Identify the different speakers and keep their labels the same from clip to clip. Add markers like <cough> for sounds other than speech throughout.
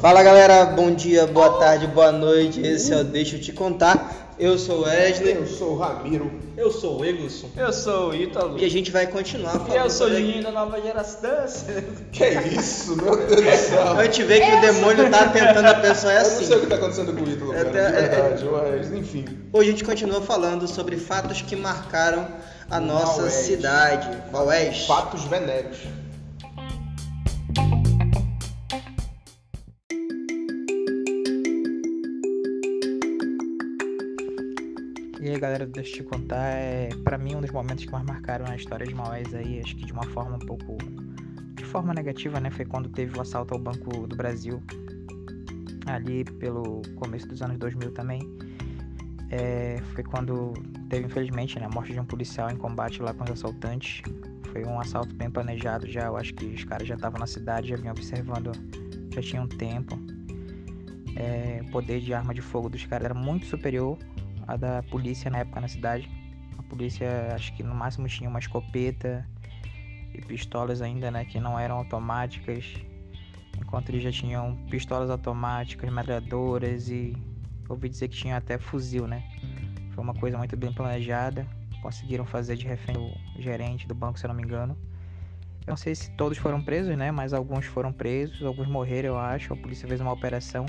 Speaker 1: Fala galera, bom dia, boa tarde, boa noite. Esse é o Deixa eu te contar. Eu sou o Wesley
Speaker 2: Eu sou o Ramiro.
Speaker 3: Eu sou o Egilson.
Speaker 4: Eu sou o Ítalo.
Speaker 1: e a gente vai continuar falando.
Speaker 4: E eu sou o
Speaker 1: sobre-
Speaker 4: Juninho da
Speaker 3: <laughs>
Speaker 4: nova geração.
Speaker 2: Que é isso, meu Deus
Speaker 1: É
Speaker 2: do céu.
Speaker 1: Eu te vejo que o demônio tá tentando a pessoa é
Speaker 2: Eu não sei o
Speaker 1: assim.
Speaker 2: que tá acontecendo com o Ítalo,
Speaker 1: É
Speaker 2: cara,
Speaker 1: até-
Speaker 2: de verdade, mas enfim.
Speaker 1: Hoje a gente continua falando sobre fatos que marcaram a nossa
Speaker 2: Maués.
Speaker 1: cidade, é Maués.
Speaker 2: Fatos venéreos.
Speaker 5: E aí galera, deixa eu te contar, é, pra mim um dos momentos que mais marcaram a história de Maués aí, acho que de uma forma um pouco. de forma negativa, né? Foi quando teve o assalto ao Banco do Brasil, ali pelo começo dos anos 2000 também. É, foi quando teve, infelizmente, né, a morte de um policial em combate lá com os assaltantes. Foi um assalto bem planejado já, eu acho que os caras já estavam na cidade, já vinham observando, já tinha um tempo. É, o poder de arma de fogo dos caras era muito superior a da polícia na época na cidade. A polícia acho que no máximo tinha uma escopeta e pistolas ainda, né, que não eram automáticas. Enquanto eles já tinham pistolas automáticas, metralhadoras e ouvi dizer que tinha até fuzil, né? Foi uma coisa muito bem planejada. Conseguiram fazer de refém o gerente do banco, se eu não me engano. Eu não sei se todos foram presos, né? Mas alguns foram presos, alguns morreram, eu acho. A polícia fez uma operação.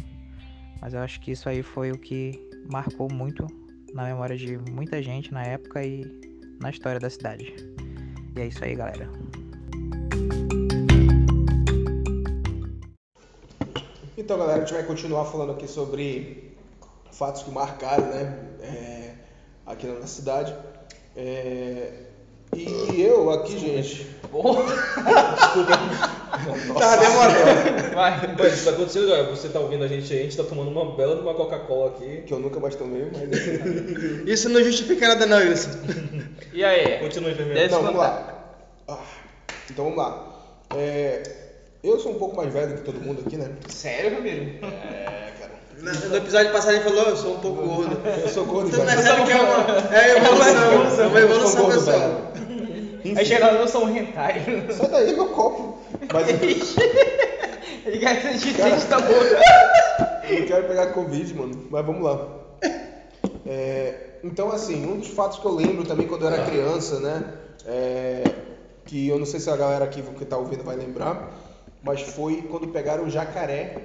Speaker 5: Mas eu acho que isso aí foi o que marcou muito na memória de muita gente na época e na história da cidade. E é isso aí, galera.
Speaker 2: Então, galera, a gente vai continuar falando aqui sobre fatos que marcaram, né, é, aqui na nossa cidade. É, e eu aqui, gente... Desculpa.
Speaker 1: Tá demorando.
Speaker 4: Vai.
Speaker 3: Mano, isso tá acontecendo, olha, você tá ouvindo a gente aí, a gente tá tomando uma bela de uma Coca-Cola aqui.
Speaker 2: Que eu nunca mais tomei, mas...
Speaker 1: Isso não justifica nada não, Wilson.
Speaker 4: E aí?
Speaker 3: Continua enfermeiro.
Speaker 4: Deve-
Speaker 2: Não, vamos lá. Ah, então, vamos lá. É, eu sou um pouco mais velho que todo mundo aqui, né?
Speaker 4: Sério, Ramiro? <laughs>
Speaker 2: É, cara.
Speaker 1: No no episódio passado ele falou, eu sou um pouco gordo.
Speaker 2: Eu sou gordo,
Speaker 1: Então
Speaker 2: velho.
Speaker 1: percebe que é uma, é evolução, é uma
Speaker 2: Eu sou
Speaker 1: evolução
Speaker 2: gordo,
Speaker 1: pessoal.
Speaker 2: velho.
Speaker 4: Aí chegando eu sou um hentai. <laughs>
Speaker 2: Sai daí, meu copo. Mas eu <laughs>
Speaker 4: Ele quer que a gente sente da boca.
Speaker 2: não quero pegar Covid, mano. Mas vamos lá. É, então, assim, um dos fatos que eu lembro também quando eu era criança, né? é, que eu não sei se a galera aqui que tá ouvindo vai lembrar, mas foi quando pegaram um jacaré,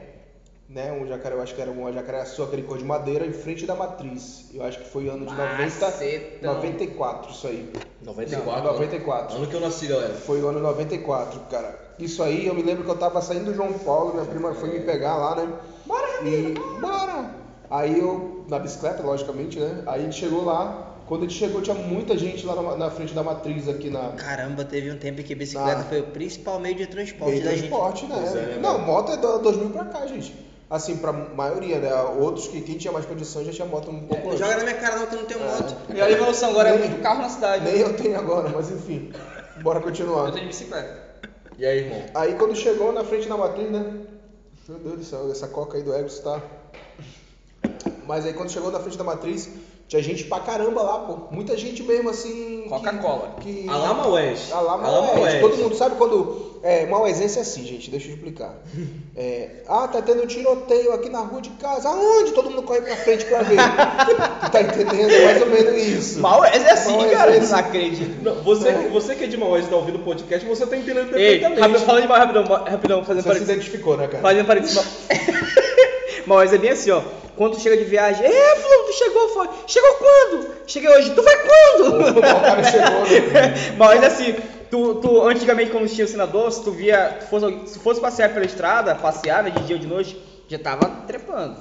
Speaker 2: né? Um jacaré, eu acho que era um jacaré só aquele cor de madeira, em frente da matriz. Eu acho que foi ano de 90,
Speaker 4: Macetão.
Speaker 2: 94, isso aí.
Speaker 3: 94.
Speaker 2: Não, 94.
Speaker 3: Ano que eu nasci, galera.
Speaker 2: Foi o ano 94, cara. Isso aí, eu me lembro que eu tava saindo do João Paulo, minha prima foi me pegar lá, né? Bora, E bora! Aí eu, na bicicleta, logicamente, né? Aí a gente chegou lá. Quando a gente chegou, tinha muita gente lá na, na frente da matriz aqui na.
Speaker 1: Caramba, teve um tempo em que bicicleta
Speaker 2: Ah.
Speaker 1: foi o principal meio de transporte
Speaker 2: Meio
Speaker 1: da
Speaker 2: transporte,
Speaker 3: Pois é,
Speaker 2: né?
Speaker 3: né,
Speaker 2: Não,
Speaker 3: mano?
Speaker 2: moto é do 2000 pra cá, gente. Assim, pra maioria, né? Outros que quem tinha mais condição já tinha moto um pouco
Speaker 1: gente.
Speaker 2: antes.
Speaker 1: Joga na minha cara não que eu não tenho moto.
Speaker 4: É. E olha a evolução agora, é muito carro na cidade.
Speaker 2: Nem eu tenho agora, mas enfim. Bora continuar.
Speaker 4: Eu tô de bicicleta.
Speaker 3: E aí, irmão?
Speaker 2: Aí quando chegou na frente da matriz, né? Meu Deus do céu, essa coca aí do Egos tá. Mas aí quando chegou na frente da matriz, tinha gente pra caramba lá, pô. Muita gente mesmo assim. que-
Speaker 4: Coca-Cola.
Speaker 2: Que...
Speaker 3: Alá Maués.
Speaker 2: Alá
Speaker 3: Alá
Speaker 2: Maués. Todo mundo sabe quando. É, Mauésense é assim, gente, deixa eu explicar. É, ah, tá tendo tiroteio aqui na rua de casa. Aonde? Todo mundo corre pra frente pra ver. tu tá entendendo? É mais ou menos isso.
Speaker 4: Mal é assim,
Speaker 2: Maués é
Speaker 4: cara.
Speaker 2: assim.
Speaker 4: Não acredito.
Speaker 3: Não, você, que- você que é de Maués e tá ouvindo o podcast, você tá entendendo
Speaker 4: Ei,
Speaker 3: perfeitamente.
Speaker 4: rapidão, fala de mal rapidão, mal- rapidão,
Speaker 2: Você
Speaker 4: fazendo
Speaker 2: se
Speaker 4: parênteses.
Speaker 2: identificou, né, cara?
Speaker 4: Fazendo parênteses. mal- Maués é bem assim, ó. Quando tu chega de viagem, é, fulano, tu chegou, foi. Chegou quando? Cheguei hoje, tu vai quando?
Speaker 2: O cara chegou, né?
Speaker 4: Mas assim, tu, tu antigamente quando tinha o senador, se tu via, tu fosse, se fosse passear pela estrada, passear né, de dia ou de noite, já tava trepando.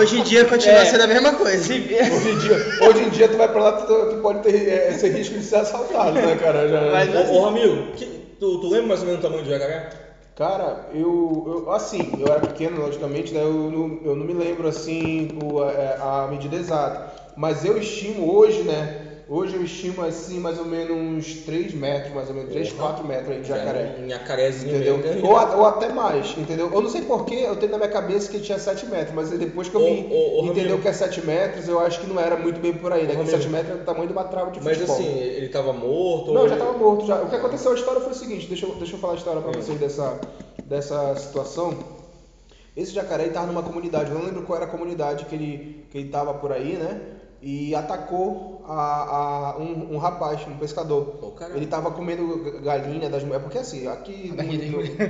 Speaker 1: Hoje em dia continua
Speaker 4: É.
Speaker 1: sendo a mesma coisa.
Speaker 4: Se via,
Speaker 2: Hoje em, dia, hoje em dia tu vai pra lá, tu, tu pode ter é, esse risco de ser assaltado, né, cara? Já-
Speaker 4: Mas-
Speaker 3: Ô, ô Ramiro, que- tu, tu lembra mais ou menos o tamanho do jacaré?
Speaker 2: Cara, eu, eu- assim, eu era pequeno, logicamente, né? Eu não, é, eu não me lembro assim o- a, a medida exata. Mas eu estimo hoje, né? Hoje eu estimo assim mais ou menos uns 3 metros, mais ou menos, 3, 4 metros aí de jacaré.
Speaker 3: Em jacarezinho
Speaker 2: Entendeu?
Speaker 3: mesmo.
Speaker 2: Ou, a- ou até mais, entendeu? Eu não sei porquê, eu tenho na minha cabeça que tinha 7 metros, mas aí depois que eu
Speaker 3: Ô,
Speaker 2: me
Speaker 3: ô, ô,
Speaker 2: entendeu
Speaker 3: Ramiro.
Speaker 2: que é 7 metros, eu acho que não era muito bem por aí, né?
Speaker 3: Ô,
Speaker 2: Que
Speaker 3: Ramiro.
Speaker 2: 7 metros é o tamanho de uma trava de
Speaker 3: Mas
Speaker 2: futebol.
Speaker 3: assim, ele tava morto?
Speaker 2: Não,
Speaker 3: ou
Speaker 2: já
Speaker 3: ele-
Speaker 2: tava morto já. O que aconteceu, a história foi o seguinte, deixa eu, deixa eu falar a história pra vocês dessa, dessa situação. Esse jacaré ele tava numa comunidade, eu não lembro qual era a comunidade que ele, que ele tava por aí, né? E atacou a, a- um, um rapaz, um pescador.
Speaker 3: Ô, caralho.
Speaker 2: ele tava comendo ga- galinha das mulheres. É porque assim, aqui.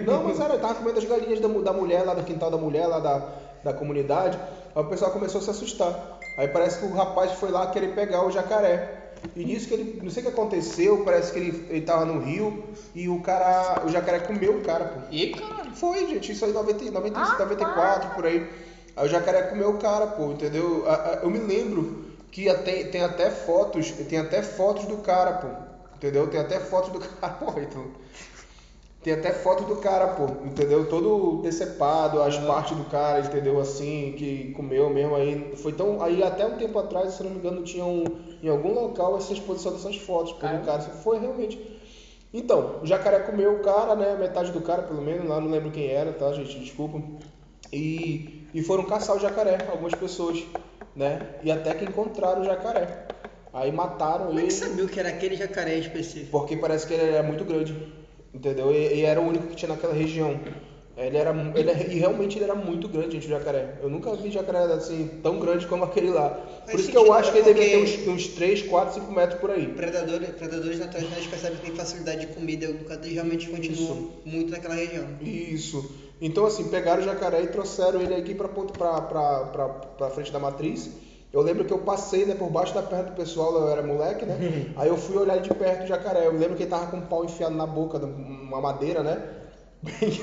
Speaker 2: Não, mas era, ele tava comendo as galinhas da, mu- da mulher, lá do quintal da mulher, lá da, da comunidade. Aí o pessoal começou a se assustar. Aí parece que o rapaz foi lá querer pegar o jacaré. E nisso que ele, não sei o que aconteceu, parece que ele, ele tava no rio e o cara, o jacaré comeu o cara, pô.
Speaker 4: E, cara,
Speaker 2: Foi, gente, isso aí em 90, 95, 94, por aí. Aí o jacaré comeu o cara, pô, entendeu? A- a- Eu me lembro que até, tem até fotos, tem até fotos do cara, pô. Entendeu? Tem até fotos do <laughs> cara, pô, então. Tem até foto do cara, pô, entendeu? Todo decepado,
Speaker 1: É.
Speaker 2: as partes do cara, entendeu? Assim, que comeu mesmo aí. Foi tão. Aí até um tempo atrás, se eu não me engano, tinha um. Em algum local essa exposição dessas fotos, pô,
Speaker 1: É.
Speaker 2: do cara. Foi realmente. Então, o jacaré comeu o cara, né? Metade do cara, pelo menos, lá não lembro quem era, tá, gente? Desculpa. E, e foram caçar o jacaré, algumas pessoas, né? E até que encontraram o jacaré. Aí mataram
Speaker 1: Como é
Speaker 2: ele.
Speaker 1: que sabia que era aquele jacaré específico?
Speaker 2: Porque parece que ele era muito grande, entendeu? E, e era o único que tinha naquela região. Ele era, mu- ele, e realmente ele era muito grande, gente, o jacaré. Eu nunca vi jacaré assim tão grande como aquele lá. Por
Speaker 1: Faz
Speaker 2: isso que eu
Speaker 1: sentido,
Speaker 2: acho que ele
Speaker 1: né?
Speaker 2: devia ter
Speaker 1: Porque-
Speaker 2: uns, uns 3, 4, 5 metros por aí.
Speaker 1: Predadores, predadores naturais não percebem que tem facilidade de comida, o cadeia realmente continua muito naquela região.
Speaker 2: Isso. Então, assim, pegaram o jacaré e trouxeram ele aqui pra, ponto- pra, pra, pra, pra frente da matriz. Eu lembro que eu passei né, por baixo da perna do pessoal, eu era moleque, né?
Speaker 4: Uhum.
Speaker 2: Aí eu fui olhar de perto o jacaré. Eu lembro que ele tava com um pau enfiado na boca, um, uma madeira, né?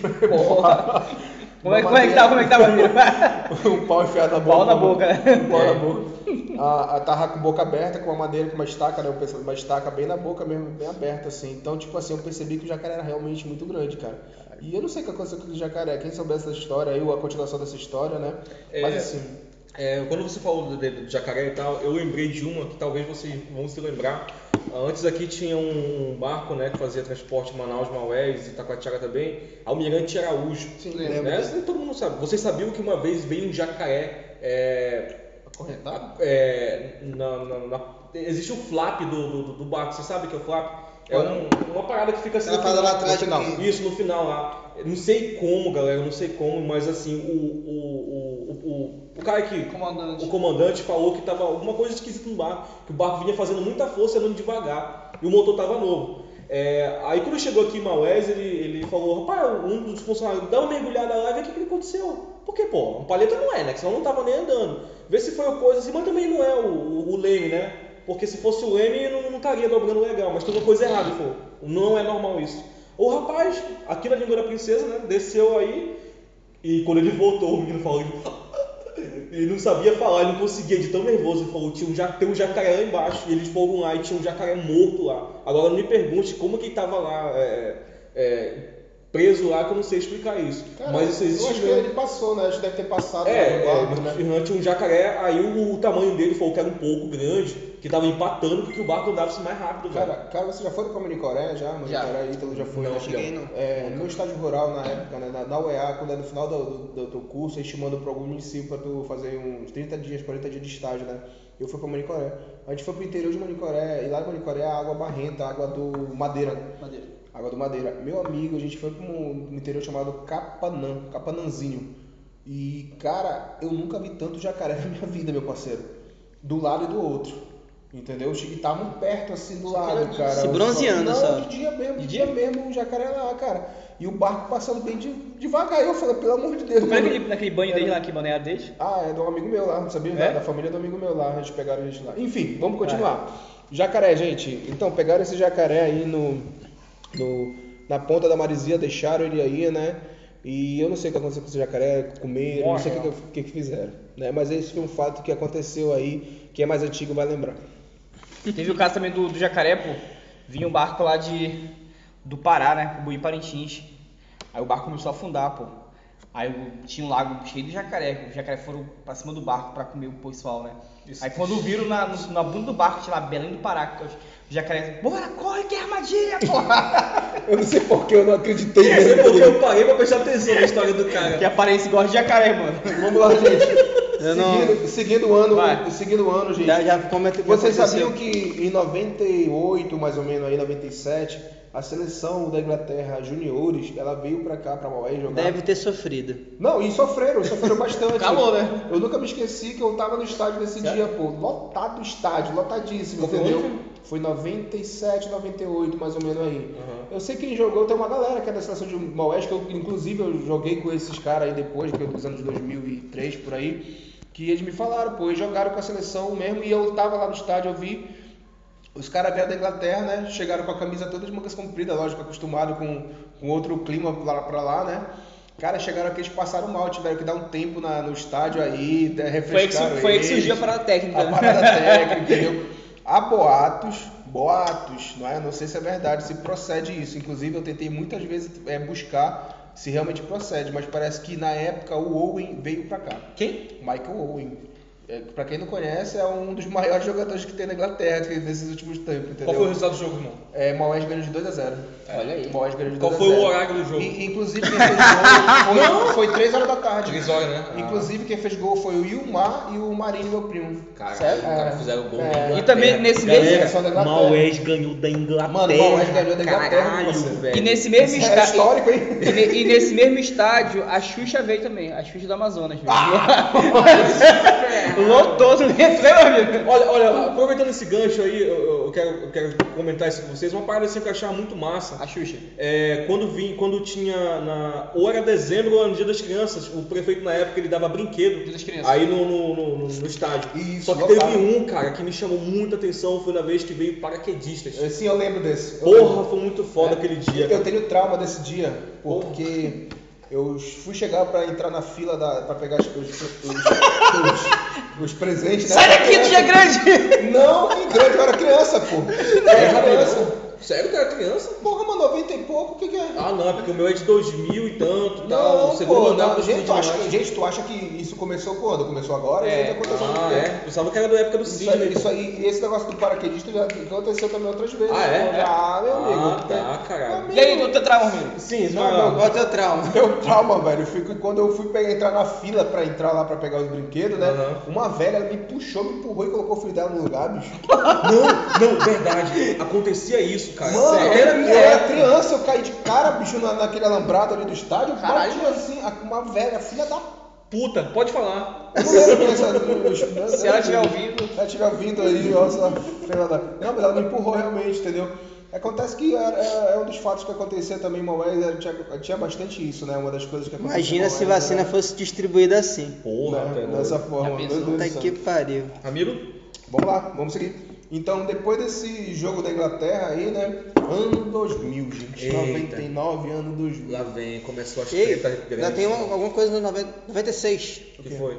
Speaker 2: <laughs>
Speaker 4: como é, como é que tava? Como é que tava, <laughs> Ramiro?
Speaker 2: um pau enfiado na boca.
Speaker 4: Pau na boca. né? É.
Speaker 2: Um pau na boca. A, a tava com a boca aberta, com uma madeira, com uma estaca, né? Eu pensei, uma estaca bem na boca mesmo, bem aberta, assim. Então, tipo assim, eu percebi que o jacaré era realmente muito grande, cara. E eu não sei o que aconteceu com o jacaré. Quem souber essa história aí, ou a continuação dessa história, né?
Speaker 3: É.
Speaker 2: Mas assim,
Speaker 3: É, quando você falou do, do jacaré e tal, eu lembrei de uma que talvez vocês vão se lembrar. Ah, Antes aqui tinha um, um barco né, que fazia transporte Manaus, Maués e Taquatiara também, Almirante Araújo.
Speaker 2: Sim,
Speaker 3: né?
Speaker 2: lembro.
Speaker 3: Isso Todo mundo sabe. Vocês sabiam que uma vez veio um jacaré é,
Speaker 2: acorrentado?
Speaker 3: é, na- na- na- existe o flap do, do, do barco, você sabe o que é o flap? É
Speaker 2: Olha. Tá
Speaker 3: um- uma parada que fica assim.
Speaker 1: Ela
Speaker 3: no
Speaker 1: fala lá
Speaker 3: final.
Speaker 1: atrás
Speaker 2: no final.
Speaker 1: que-
Speaker 3: Isso, no final lá. Eu Não sei como, galera, eu não sei como, mas assim, o, o, o, o, o cara que.
Speaker 4: Comandante.
Speaker 3: O comandante falou que tava alguma coisa esquisita no barco, que o barco vinha fazendo muita força e andando devagar, e o motor tava novo. É, aí quando chegou aqui em Maués, ele, ele falou, rapaz, um dos funcionários, dá uma mergulhada lá e vê o que, que aconteceu. Porque, pô, um paleta não é, né? Que senão não tava nem andando. Vê se foi o coisa assim, mas também não é o, o, o leme, né? Porque se fosse o leme, não, não estaria dobrando legal, mas tem uma coisa errada, ele falou. Não é normal isso. O rapaz, aqui na língua da princesa, né? Desceu aí, e quando ele voltou, o menino falou. <laughs> Ele não sabia falar, ele não conseguia, de tão nervoso. Ele falou: tinha um ja- tem um jacaré lá embaixo. E eles foram lá e tinha um jacaré morto lá. Agora não me pergunte como que ele tava lá é, é, preso lá, que eu não sei explicar isso.
Speaker 2: Cara,
Speaker 3: mas isso
Speaker 2: eu
Speaker 3: existe
Speaker 2: acho que
Speaker 3: mesmo.
Speaker 2: ele passou, né? Acho que deve ter passado
Speaker 3: É,
Speaker 2: no
Speaker 3: é,
Speaker 2: barco, né?
Speaker 3: Fernando tinha um jacaré, aí o, o tamanho dele falou que era um pouco grande, que tava empatando porque o barco andava assim mais rápido, velho.
Speaker 2: Cara, cara, você já foi pra Manicoré? Já? Manicoré, Ítalo já foi?
Speaker 3: Não,
Speaker 2: né?
Speaker 1: cheguei não.
Speaker 2: É, no estágio rural, na época, né, na, na UEA, quando é no final do, do, do teu curso, eles te mandam pra algum município pra tu fazer uns 30 dias, 40 dias de estágio, né? Eu fui pra Manicoré. A gente foi pro interior de Manicoré, e lá em Manicoré a água barrenta, a água do Madeira.
Speaker 4: Madeira.
Speaker 2: Água do Madeira. Meu amigo, a gente foi pra um interior chamado Capanã, Capanãzinho. E, cara, eu nunca vi tanto jacaré <laughs> na minha vida, meu parceiro. Do lado e do outro. Entendeu? Os que estavam perto assim do lado, cara.
Speaker 1: se bronzeando
Speaker 2: Não,
Speaker 1: só.
Speaker 2: de dia mesmo, de dia mesmo o jacaré lá, cara. E o barco passando bem de- devagar. E eu falei, pelo amor de Deus,
Speaker 4: Como é
Speaker 2: mano.
Speaker 4: que tá? ele- naquele banho dele lá, que banheiro dele?
Speaker 2: Ah, é de um amigo meu lá, não sabia?
Speaker 4: É?
Speaker 2: Da família do amigo meu lá, eles pegaram a gente lá. Enfim, vamos continuar. Jacaré, gente. Então, pegaram esse jacaré aí no, no- na ponta da marizia, deixaram ele aí, né? E eu não sei o que aconteceu com esse jacaré, comeram, não sei o que, que- o que que fizeram. Né? Mas esse foi um fato que aconteceu aí, quem é mais antigo vai lembrar.
Speaker 4: Teve o caso também do, do jacaré, pô. Vinha um barco lá de. do Pará, né? Buí Parintins. Aí o barco começou a afundar, pô. Aí o- tinha um lago cheio de jacaré. Os jacaré foram pra cima do barco pra comer o pessoal, né?
Speaker 3: Isso.
Speaker 4: Aí quando viram na, no- na bunda do barco, tinha lá Belém do Pará, que os jacaré, bora, corre, que é armadilha, porra!
Speaker 2: Eu não sei porque eu não acreditei
Speaker 3: Eu sei
Speaker 2: nele.
Speaker 3: É, porque eu paguei pra prestar atenção na história do cara.
Speaker 4: <laughs> que aparece igual de jacaré, mano.
Speaker 2: Vamos lá, gente.
Speaker 1: Eu não-
Speaker 2: Seguindo, seguindo o ano,
Speaker 4: Vai.
Speaker 2: seguindo o ano, gente.
Speaker 1: Já, já comenta o que
Speaker 2: Vocês
Speaker 1: aconteceu.
Speaker 2: sabiam que em 98, mais ou menos aí 97, a seleção da Inglaterra juniores, ela veio pra cá pra Maués jogar.
Speaker 1: Deve ter sofrido.
Speaker 2: Não, e sofreram, sofreram bastante.
Speaker 4: Calor, né?
Speaker 2: Eu nunca me esqueci que eu tava no estádio nesse dia, pô, lotado o estádio, lotadíssimo,
Speaker 3: Foi
Speaker 2: entendeu?
Speaker 3: onde?
Speaker 2: Foi 97, 98, mais ou menos aí.
Speaker 3: Uhum.
Speaker 2: Eu sei que quem jogou, tem uma galera que é da seleção de Maués, que eu, inclusive eu joguei com esses caras aí depois, que é dos anos 2003 por aí, que eles me falaram, pô, eles jogaram com a seleção mesmo, e eu tava lá no estádio, eu vi os caras vieram da Inglaterra, né? Chegaram com a camisa toda de mangas compridas, lógico, acostumado com, com outro clima lá pra lá, né? Cara, chegaram aqui, eles passaram mal, tiveram que dar um tempo na- no estádio aí, né,
Speaker 4: Foi aí que,
Speaker 2: refrescaram
Speaker 4: su- foi aí que
Speaker 2: eles.
Speaker 4: surgiu a parada técnica.
Speaker 2: A
Speaker 4: né? <laughs>
Speaker 2: parada técnica, entendeu? Há boatos, boatos, não é? Não sei se é verdade, se procede isso. Inclusive, eu tentei muitas vezes é, buscar se realmente procede, mas parece que na época o Owen veio pra cá.
Speaker 4: Quem?
Speaker 2: Michael Owen. É, pra quem não conhece, é um dos maiores jogadores que tem na Inglaterra que- nesses últimos tempos, entendeu?
Speaker 3: Qual foi o resultado do jogo, irmão?
Speaker 2: É, Maués ganhou de 2 a 0
Speaker 4: Olha aí.
Speaker 2: Maués ganhou de 2
Speaker 3: Qual
Speaker 2: a 0
Speaker 3: foi o horário do jogo?
Speaker 2: E, inclusive, quem fez
Speaker 3: <laughs>
Speaker 2: gol foi, foi 3 horas da tarde.
Speaker 3: Divisória, né?
Speaker 2: Inclusive, quem fez gol foi o Ilmar e o Marinho, meu primo.
Speaker 3: Caralho,
Speaker 4: Sério?
Speaker 3: os caras fizeram gol.
Speaker 2: É.
Speaker 3: na Inglaterra.
Speaker 4: E também, nesse
Speaker 2: Galera,
Speaker 4: mesmo,
Speaker 2: só da Inglaterra.
Speaker 3: Maués ganhou da Inglaterra.
Speaker 2: Mano, o Maués ganhou da Inglaterra, parceiro.
Speaker 4: e nesse mesmo
Speaker 2: Isso é
Speaker 4: estádio.
Speaker 2: histórico, hein?
Speaker 4: E, ne- e nesse mesmo estádio, a Xuxa veio também, a Xuxa do Amazonas. veio. <laughs> Lotou, não entrou, né? amigo.
Speaker 3: Olha, olha, aproveitando esse gancho aí, eu, eu- eu quero, eu quero comentar isso com vocês. Uma parada assim que eu achava muito massa.
Speaker 4: A Xuxa.
Speaker 3: É, quando vim, quando tinha na ou era dezembro ou era no dia das crianças, o prefeito na época ele dava brinquedo.
Speaker 4: Dia das Crianças.
Speaker 3: Aí no, no, no- no- no estádio.
Speaker 2: Isso,
Speaker 3: Só que
Speaker 2: lotado.
Speaker 3: teve um, cara, que me chamou muita atenção, foi na vez que veio paraquedistas.
Speaker 2: Eu- Sim, eu lembro desse. Eu
Speaker 3: Porra, foi muito foda aquele dia.
Speaker 2: Eu tenho trauma desse dia, porque eu fui chegar pra entrar na fila da, pra pegar os, os, os- os presentes. né?
Speaker 4: Sai daqui, dia grande!
Speaker 2: Não, que grande, eu era criança, pô. Eu era criança.
Speaker 3: Sério que era criança?
Speaker 2: Porra, mano, 90 e pouco, o que, que é?
Speaker 3: Ah não, é porque o meu é de 2000 e tanto, tal.
Speaker 2: Não,
Speaker 3: segundo
Speaker 2: pô,
Speaker 3: andar
Speaker 2: não,
Speaker 3: do
Speaker 2: gente, tu
Speaker 3: estúdio
Speaker 2: acha,
Speaker 3: norte.
Speaker 2: gente, tá tu acha que isso começou quando? Começou agora?
Speaker 4: É.
Speaker 2: Isso ainda aconteceu
Speaker 3: Ah,
Speaker 2: muito tempo.
Speaker 3: é. Pensava que era da época do né?
Speaker 2: Isso
Speaker 3: Sidney.
Speaker 2: aí, isso aí, e esse negócio do paraquedista já aconteceu também outras vezes.
Speaker 3: Ah, é?
Speaker 2: pô. Ah, meu amigo.
Speaker 3: Ah, tá, caralho.
Speaker 4: E aí, no teu trauma, amigo?
Speaker 3: Sim,
Speaker 2: Não, não,
Speaker 3: Ismael.
Speaker 1: Qual é o teu trauma?
Speaker 2: Meu trauma, velho, foi que quando eu fui pegar, entrar na fila pra entrar lá pra pegar os brinquedos, né?
Speaker 3: Aham.
Speaker 2: Uma velha me puxou, me empurrou e colocou o filho dela no lugar, bicho.
Speaker 3: Não, não, verdade. Acontecia isso, cara. é
Speaker 2: Mano,
Speaker 3: Sério.
Speaker 2: eu, eu era criança, eu caí de cara, bicho, na, naquele alambrado ali do estádio, bati assim, a- uma velha, filha da
Speaker 3: Puta, pode falar.
Speaker 2: Eu não lembro quem é
Speaker 3: <laughs>
Speaker 2: essa- eu- eu-
Speaker 4: Se ela tiver ouvindo.
Speaker 2: Se ela tiver ouvindo aí, ó, essa filha da- Não, mas ela me empurrou realmente, entendeu? Acontece que é, é- é um dos fatos que acontecia também em Maués, era- tinha, tinha bastante isso, né? Uma das coisas que acontecia.
Speaker 1: Imagina
Speaker 2: em
Speaker 1: se
Speaker 2: Maués,
Speaker 1: vacina
Speaker 2: né?
Speaker 1: fosse distribuída assim.
Speaker 3: Porra,
Speaker 2: Né?
Speaker 3: tá doido.
Speaker 2: Dessa forma, meu
Speaker 4: pensou?
Speaker 2: Deus do
Speaker 1: Puta
Speaker 2: céu.
Speaker 1: que pariu.
Speaker 3: Ramiro?
Speaker 2: Vamos lá, vamos seguir. Então, depois desse jogo da Inglaterra aí, né? Ano 2000, gente.
Speaker 3: Eita.
Speaker 2: 99, ano 2000.
Speaker 3: Lá vem, começou as
Speaker 1: Ei,
Speaker 4: tá
Speaker 3: tretas grandes.
Speaker 1: ainda tem uma- alguma coisa no 90 96.
Speaker 3: O que foi?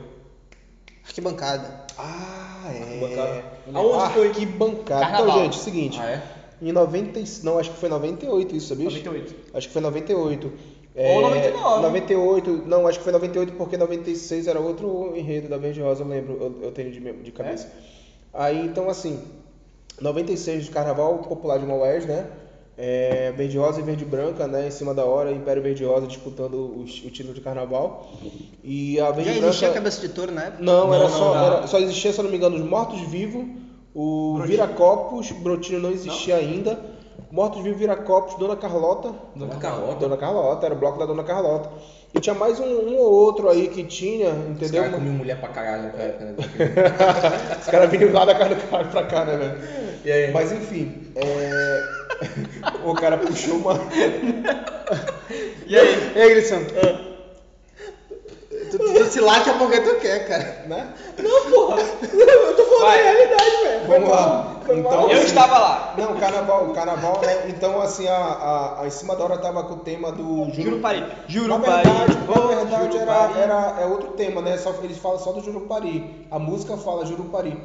Speaker 1: Arquibancada.
Speaker 2: Ah,
Speaker 3: Arquibancada.
Speaker 2: é.
Speaker 3: Aonde foi?
Speaker 2: Que bancada.
Speaker 4: Carnaval.
Speaker 2: Então, gente, seguinte.
Speaker 3: Ah, é?
Speaker 2: Em 90, e- não, acho que foi 98 isso, sabia?
Speaker 4: 98.
Speaker 2: Acho que foi 98. Ou
Speaker 4: 99.
Speaker 2: 98, não, acho que foi 98 porque 96 era outro enredo da Verde Rosa, eu lembro, eu, eu tenho de, mem- de
Speaker 3: É?
Speaker 2: cabeça. Aí, então assim, 96 de Carnaval Popular de Maués, né? É, Verde Rosa e Verde Branca, né? Em cima da hora, Império Verde Rosa disputando o, o título de Carnaval. E a Verde
Speaker 1: Já
Speaker 2: Branca...
Speaker 1: existia cabeça de touro na época?
Speaker 2: Não,
Speaker 3: Não,
Speaker 2: era
Speaker 3: não,
Speaker 2: só,
Speaker 3: não.
Speaker 2: era- só existia, se eu não me engano, os mortos-vivos, o Viracopos, Brotino não existia ainda. Mortos-vivos, Viracopos, Dona Carlota.
Speaker 3: Dona Carlota.
Speaker 2: Dona Carlota, era o bloco da Dona Carlota. E tinha mais um, um ou outro aí que tinha,
Speaker 3: Os
Speaker 2: entendeu?
Speaker 3: caras comiam mulher pra caralho naquela época, né?
Speaker 2: Os caras vinham lá da casa do cara pra cá, né, velho?
Speaker 3: E aí?
Speaker 2: Mas enfim, é... <laughs> o cara puxou uma.
Speaker 4: E aí?
Speaker 1: Ei, Grisson.
Speaker 3: Ah.
Speaker 1: Tu, tu, tu se late a porque tu quer, cara.
Speaker 2: Né?
Speaker 3: Não, porra! Eu tô falando
Speaker 4: Vai.
Speaker 3: a realidade, velho. Foi
Speaker 2: Vamos
Speaker 3: mal,
Speaker 2: lá.
Speaker 3: foi mal.
Speaker 2: Então,
Speaker 4: Eu estava lá.
Speaker 2: Não, carnaval, carnaval, né? Então, assim, a, a, a em cima da hora tava com o tema do.
Speaker 4: Jurupari.
Speaker 2: na
Speaker 4: Jurupari.
Speaker 2: verdade, na
Speaker 4: Oh,
Speaker 2: verdade era,
Speaker 4: Jurupari.
Speaker 2: era, é outro tema, né? Só, eles falam só do Jurupari. A música fala Jurupari.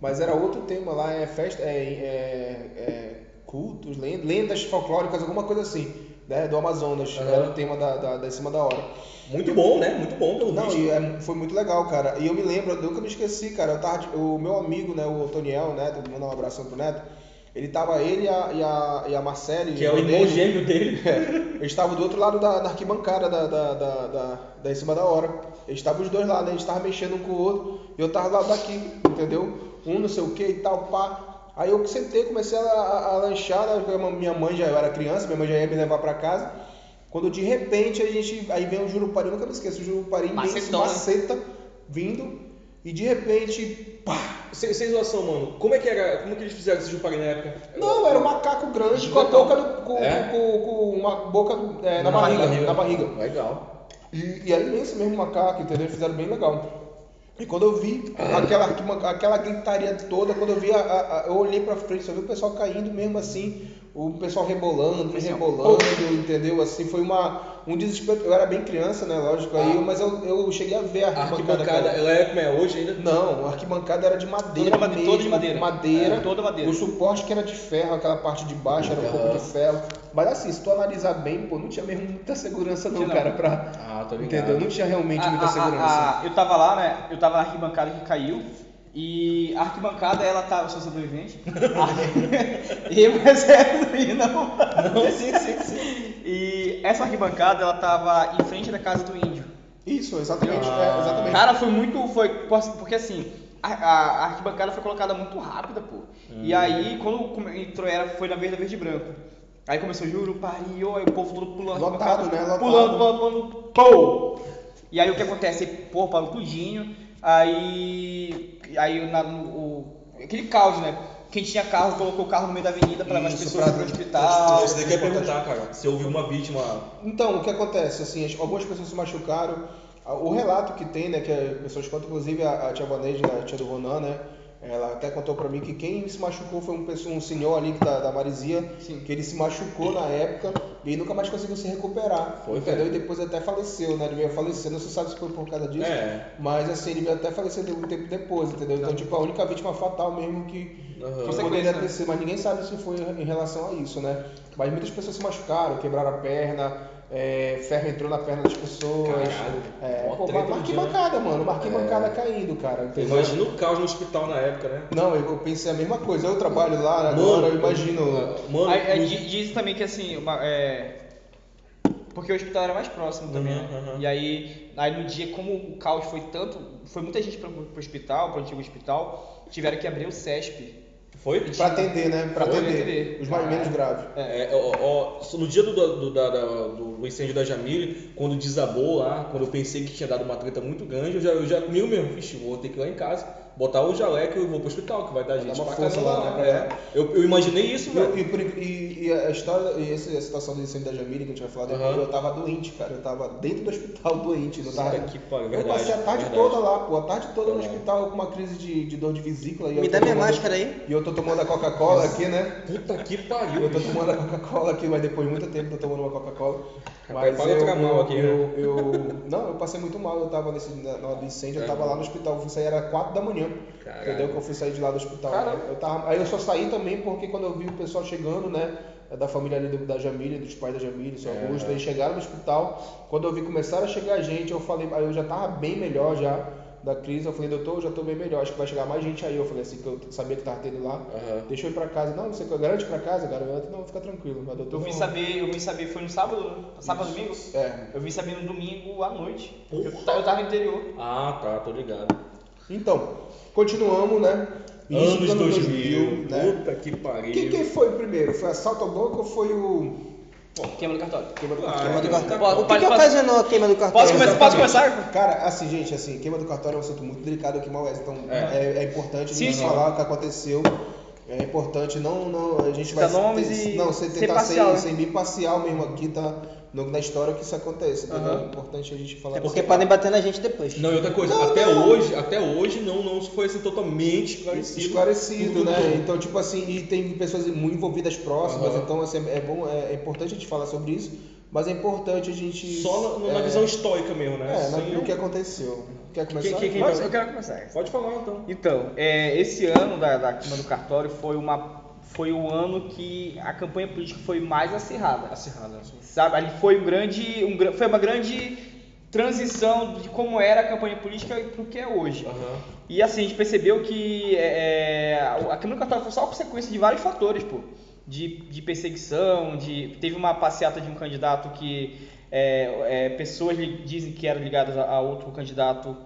Speaker 2: Mas era outro tema lá, é festa, é, é- é cultos, len- lendas folclóricas, alguma coisa assim. né, do Amazonas.
Speaker 3: Aham.
Speaker 2: Era o tema da, da, da Em Cima da Hora.
Speaker 3: Muito bom, né? Muito bom pelo
Speaker 2: Não,
Speaker 3: visto.
Speaker 2: e é- foi muito legal, cara. E eu me lembro, eu nunca me esqueci, cara. Eu tava de- o meu amigo, né, o Otoniel, né, vou mandar um abraço pro Neto. Ele tava, ele e a, e a, e a Marcele.
Speaker 3: Que é o irmão
Speaker 2: dele.
Speaker 3: gêmeo <laughs> dele. É.
Speaker 2: Eles estavam do outro lado da, da arquibancada, da, da, da, da, da em cima da hora. Eles estavam os dois lá, né? Eles estavam mexendo um com o outro. E eu tava lá daqui, entendeu? Um não sei o que e tal, pá. Aí eu sentei, comecei a, a, a lanchar, né? Porque Minha mãe já eu era criança, minha mãe já ia me levar pra casa. Quando de repente a gente. Aí vem o Jurupari, eu nunca me esqueço, o Jurupari imenso,
Speaker 6: Macetão, né?
Speaker 2: maceta, vindo. E de repente, pá!
Speaker 3: Sem, sem zoação, mano. Como é que era? Como é que eles fizeram esse Jupari na época?
Speaker 2: Não, era um macaco grande com a
Speaker 6: Gigantão.
Speaker 2: boca do, com,
Speaker 3: É?
Speaker 2: com, com uma boca é, na, barriga, na barriga.
Speaker 3: Legal.
Speaker 2: E, e aí esse mesmo macaco, entendeu? Fizeram bem legal. E quando eu vi aquela, arquima- aquela gritaria toda, quando eu vi, a, a- a- eu olhei pra frente, só vi o pessoal caindo mesmo assim, o pessoal rebolando, rebolando, entendeu? Assim, foi uma, um desespero. Eu era bem criança, né? Lógico, aí,
Speaker 6: Ah.
Speaker 2: eu- mas eu, eu cheguei a ver a
Speaker 3: A
Speaker 2: arquibancada.
Speaker 3: arquibancada,
Speaker 2: cara.
Speaker 3: ela é como é hoje ainda?
Speaker 2: Não, a arquibancada era de madeira.
Speaker 6: Toda de made-
Speaker 2: mesmo,
Speaker 6: toda de madeira.
Speaker 2: Madeira.
Speaker 6: É, toda madeira.
Speaker 2: O suporte que era de ferro, aquela parte de baixo era um pouco de ferro. Mas assim, se tu analisar bem, pô, não tinha mesmo muita segurança não,
Speaker 4: Tinha não.
Speaker 2: cara, pra.
Speaker 6: Ah,
Speaker 3: tá
Speaker 6: tô ligado.
Speaker 2: Entendeu? Não tinha realmente
Speaker 4: A-
Speaker 2: muita
Speaker 4: a- a-
Speaker 2: segurança.
Speaker 4: a- ah, eu tava lá, né? Eu tava na arquibancada que caiu. E a arquibancada, ela tava. Eu sou
Speaker 2: <laughs>
Speaker 4: sobrevivente. A- e mas essa aí não. Não, sim, sim, sim. E essa arquibancada, ela tava em frente da casa do índio.
Speaker 2: Isso, exatamente. é, exatamente.
Speaker 4: Cara, foi muito. Foi, porque assim, a, a- a arquibancada foi colocada muito rápida, pô.
Speaker 2: Hum.
Speaker 4: E aí, quando come- entrou, era, foi na verde, verde e branco. Aí começou, juro, pariu, aí o povo todo pulando. a
Speaker 2: Lotado,
Speaker 4: arquibancada,
Speaker 2: né? Lotado.
Speaker 4: Pulando, pulando, pulando, pou! E aí o que acontece? Pô, parou tudinho. Aí. Aí o- na- no- o- aquele caos, né? Quem tinha carro colocou o carro no meio da avenida pra levar as
Speaker 2: Isso,
Speaker 4: pessoas
Speaker 2: pra-
Speaker 4: pro hospital.
Speaker 3: Isso daqui é perguntar, cara. Se houve uma vítima.
Speaker 2: Então, o que acontece? Assim, as- algumas pessoas se machucaram. A- O relato que tem, né, que as pessoas contam, inclusive a, a tia Vanessa, a tia do Ronan, né? Ela até contou pra mim que quem se machucou foi um, pessoa, um senhor ali que da, da Marizia,
Speaker 4: Sim.
Speaker 2: que ele se machucou na época e nunca mais conseguiu se recuperar.
Speaker 3: Foi,
Speaker 2: entendeu? E depois até faleceu, né? Ele veio a falecer, não se sabe se foi por causa disso.
Speaker 3: É.
Speaker 2: Mas assim, ele veio até falecer um tempo depois, entendeu? Então, tipo, a única vítima fatal mesmo que,
Speaker 3: Aham.
Speaker 2: que poderia ter sido, mas ninguém sabe se foi em relação a isso, né? Mas muitas pessoas se machucaram, quebraram a perna, é, ferro entrou na perna das pessoas.
Speaker 3: Caralho.
Speaker 2: É,
Speaker 3: Mó
Speaker 2: pô,
Speaker 3: treta
Speaker 2: uma
Speaker 3: no dia, né? É.
Speaker 2: arquibancada, mano, uma arquibancada caindo, cara, entendeu?
Speaker 3: Imagina o caos no hospital na época, né?
Speaker 2: Não, eu eu pensei a mesma coisa, eu trabalho lá agora, eu imagino. né?
Speaker 3: Mano,
Speaker 4: Aí, aí
Speaker 3: no-
Speaker 4: di- diz também que assim, uma- é, porque o hospital era mais próximo também,
Speaker 3: Uhum,
Speaker 4: né?
Speaker 3: uhum.
Speaker 4: E aí, aí no dia, como o caos foi tanto, foi muita gente para o hospital, para o antigo hospital, tiveram que abrir o CESP.
Speaker 3: foi?
Speaker 2: Pra atender, né? Pra
Speaker 4: Foi,
Speaker 2: atender.
Speaker 4: atender.
Speaker 2: Os mais menos graves.
Speaker 3: É, é, ó, ó, no dia do, do- da- da- do incêndio da Jamile, quando desabou lá, quando eu pensei que tinha dado uma treta muito grande, eu já, eu já comigo mesmo, "Ixi, vou ter que ir lá em casa, botar o jaleco e eu vou pro hospital, que vai dar gente
Speaker 2: uma
Speaker 3: pra
Speaker 2: força
Speaker 3: casa
Speaker 2: lá,
Speaker 3: lá, né?
Speaker 2: né?
Speaker 3: É. Eu, eu imaginei isso, velho.
Speaker 2: E, e por- e- e a história, e essa a situação do incêndio da Jamile que a gente vai falar depois,
Speaker 3: Aham.
Speaker 2: eu tava doente, cara. Eu tava dentro do hospital <laughs> doente, não tava.
Speaker 3: Puta que pariu,
Speaker 2: eu
Speaker 3: verdade,
Speaker 2: passei a tarde
Speaker 3: verdade.
Speaker 2: toda lá, pô, a tarde toda no
Speaker 3: Verdade.
Speaker 2: hospital com uma crise de, de dor de vesícula. E eu
Speaker 1: Me
Speaker 2: tô
Speaker 1: dá minha
Speaker 2: tomando-
Speaker 1: máscara aí.
Speaker 2: E eu tô tomando a Coca-Cola aqui, né?
Speaker 3: Puta que
Speaker 2: Eu
Speaker 3: pariu,
Speaker 2: tô
Speaker 3: bicho.
Speaker 2: tomando a Coca-Cola aqui, mas depois de muito tempo eu tô tomando uma Coca-Cola.
Speaker 3: Rapaz,
Speaker 2: Mas
Speaker 3: paga
Speaker 2: eu,
Speaker 3: outra
Speaker 2: eu,
Speaker 3: mão aqui, né?
Speaker 2: eu, eu- Não, eu passei muito mal, eu tava nesse, na, na hora do incêndio, eu tava lá no hospital, eu fui sair, era 4 da manhã.
Speaker 3: Caralho.
Speaker 2: Entendeu? Que eu fui sair de lá do hospital.
Speaker 3: Caralho.
Speaker 2: Eu tava, aí eu só saí também porque quando eu vi o pessoal chegando, né? Da família ali do- da Jamília, dos pais da Jamília, do seu Augusto, eles chegaram no hospital. Quando eu vi começaram a chegar gente, eu falei, aí eu já tava bem melhor já da crise. Eu falei, doutor, eu já tô bem melhor, acho que vai chegar mais gente aí. Eu falei assim, que eu sabia que tava tendo lá.
Speaker 3: Aham.
Speaker 2: Deixa eu ir pra casa. Não, você garante pra casa? Garanto, não, fica tranquilo. Mas doutor,
Speaker 4: Eu vim
Speaker 3: Uhum.
Speaker 2: não.
Speaker 4: saber, eu vim saber, foi no sábado, né? sábado, domingo?
Speaker 2: É.
Speaker 4: Eu vim saber no domingo à noite. Eu, ta- eu tava no interior.
Speaker 3: Ah, tá, tô ligado.
Speaker 2: Então, continuamos, né? Início do
Speaker 3: Anos
Speaker 2: ano
Speaker 3: 2000,
Speaker 2: né?
Speaker 3: puta que pariu.
Speaker 2: O que, que foi primeiro? Foi assalto ao banco ou foi o.
Speaker 4: Queima do cartório.
Speaker 2: Queima do
Speaker 3: Ah,
Speaker 2: cartório?
Speaker 1: Queima do cartório.
Speaker 4: Ó,
Speaker 1: O que, que
Speaker 4: posso-
Speaker 1: ocasionou a queima do cartório?
Speaker 4: Posso começar? Posso começar?
Speaker 2: Cara, assim, gente, assim, queima do cartório é um assunto muito delicado aqui em Maués, então é, é importante
Speaker 4: Sim,
Speaker 2: a gente
Speaker 4: sim.
Speaker 2: falar o que aconteceu. É importante não, não a gente vai
Speaker 4: Citar nomes e
Speaker 2: não, sem
Speaker 4: ser
Speaker 2: tentar ser,
Speaker 4: parcial, né?
Speaker 2: ser bem parcial mesmo aqui, tá? No, na história que isso acontece, entendeu?
Speaker 4: Aham.
Speaker 2: É importante a gente falar assim.
Speaker 1: É porque
Speaker 2: disso.
Speaker 1: podem bater na gente depois.
Speaker 3: Não, e outra coisa,
Speaker 2: Não,
Speaker 3: até
Speaker 2: não.
Speaker 3: hoje, até hoje não, não foi assim totalmente esclarecido.
Speaker 2: esclarecido,
Speaker 3: Tudo
Speaker 2: né?
Speaker 3: bem.
Speaker 2: Então, tipo assim, e tem pessoas muito envolvidas próximas,
Speaker 3: Aham.
Speaker 2: então assim, é bom, é, é importante a gente falar sobre isso, mas é importante a gente
Speaker 3: Só na, na
Speaker 2: é,
Speaker 3: visão estoica mesmo, né?
Speaker 2: é, na-
Speaker 3: Sem-
Speaker 2: o que aconteceu. Quer começar?
Speaker 3: quem- quem-
Speaker 4: Posso? Eu quero começar.
Speaker 3: Pode falar então.
Speaker 4: Então, é, esse ano da, da queima do cartório foi uma foi o ano que a campanha política foi mais acirrada.
Speaker 3: Acirrado, né?
Speaker 4: Sabe? Ali foi um grande, um gran- foi uma grande transição de como era a campanha política para o que é hoje.
Speaker 3: Aham.
Speaker 4: E assim, a gente percebeu que é, é, a Câmara Católica foi só consequência de vários fatores, pô. De, de perseguição, de teve uma passeata de um candidato que é, é, pessoas li- dizem que eram ligadas a, a outro candidato,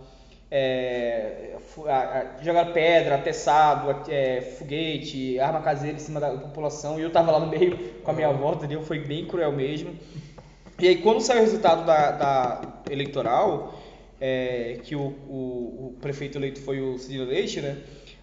Speaker 4: é, fu- a- a- jogaram pedra, atessado, a- é, foguete, arma caseira em cima da população. E eu tava lá no meio com a minha avó, entendeu? Foi bem cruel mesmo. E aí, quando saiu o resultado da, da eleitoral, é, que o, o- o prefeito eleito foi o Ciro Leite, né?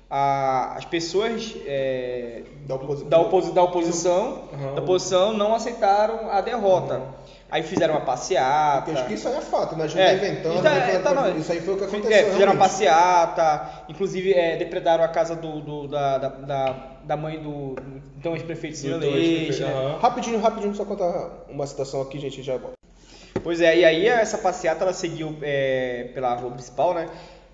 Speaker 4: A- as pessoas é,
Speaker 2: Da oposição.
Speaker 4: da, oposi- da oposição,
Speaker 3: Aham.
Speaker 4: da oposição não aceitaram a derrota. Aí fizeram uma passeata.
Speaker 2: Porque acho que isso aí é fato, né? A gente
Speaker 4: É,
Speaker 2: tá inventando.
Speaker 4: tá-
Speaker 2: né?
Speaker 4: tá, não,
Speaker 2: isso aí foi o que
Speaker 4: fi-
Speaker 2: aconteceu.
Speaker 4: é, fizeram uma
Speaker 2: realmente.
Speaker 4: passeata, inclusive é, depredaram a casa do, do- da, da, da- da mãe do, do então ex-prefeito Ciro
Speaker 3: Então,
Speaker 4: Leite. né?
Speaker 3: aham.
Speaker 2: Rapidinho, rapidinho, só contar uma citação aqui, gente, já volto.
Speaker 4: Pois é, e aí essa passeata ela seguiu é, pela rua principal, né?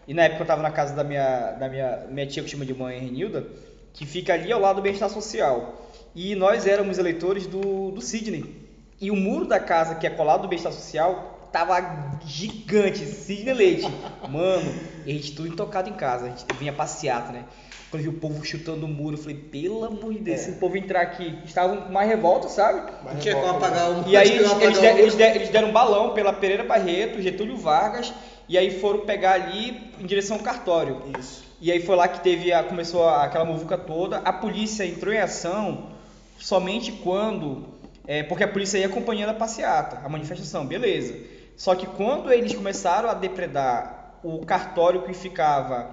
Speaker 4: E na época eu tava na casa da minha, da minha, minha tia que chama de mãe Renilda, que fica ali ao lado do bem-estar social. E nós éramos eleitores do, do Sidney. E o muro da casa que é colado do bem-estar social tava gigante, Sidney Leite. Mano, e a gente tudo intocado em casa, a gente vinha passeata, né? Quando eu vi o povo chutando o muro, eu falei, pelo amor de Deus, se o povo entrar aqui, estavam com mais revolta, sabe?
Speaker 2: Mas
Speaker 1: Tinha como
Speaker 2: revolta,
Speaker 1: apagar o
Speaker 4: E aí
Speaker 1: tinha
Speaker 4: eles,
Speaker 1: como
Speaker 4: eles
Speaker 1: apagar
Speaker 4: der-
Speaker 1: o-
Speaker 4: eles der- eles deram um balão pela Pereira Barreto, Getúlio Vargas, e aí foram pegar ali em direção ao cartório.
Speaker 2: Isso.
Speaker 4: E aí foi lá que teve a, começou a- aquela muvuca toda. A polícia entrou em ação somente quando. é, porque a polícia ia acompanhando a passeata, a manifestação, beleza. Só que quando eles começaram a depredar o cartório que ficava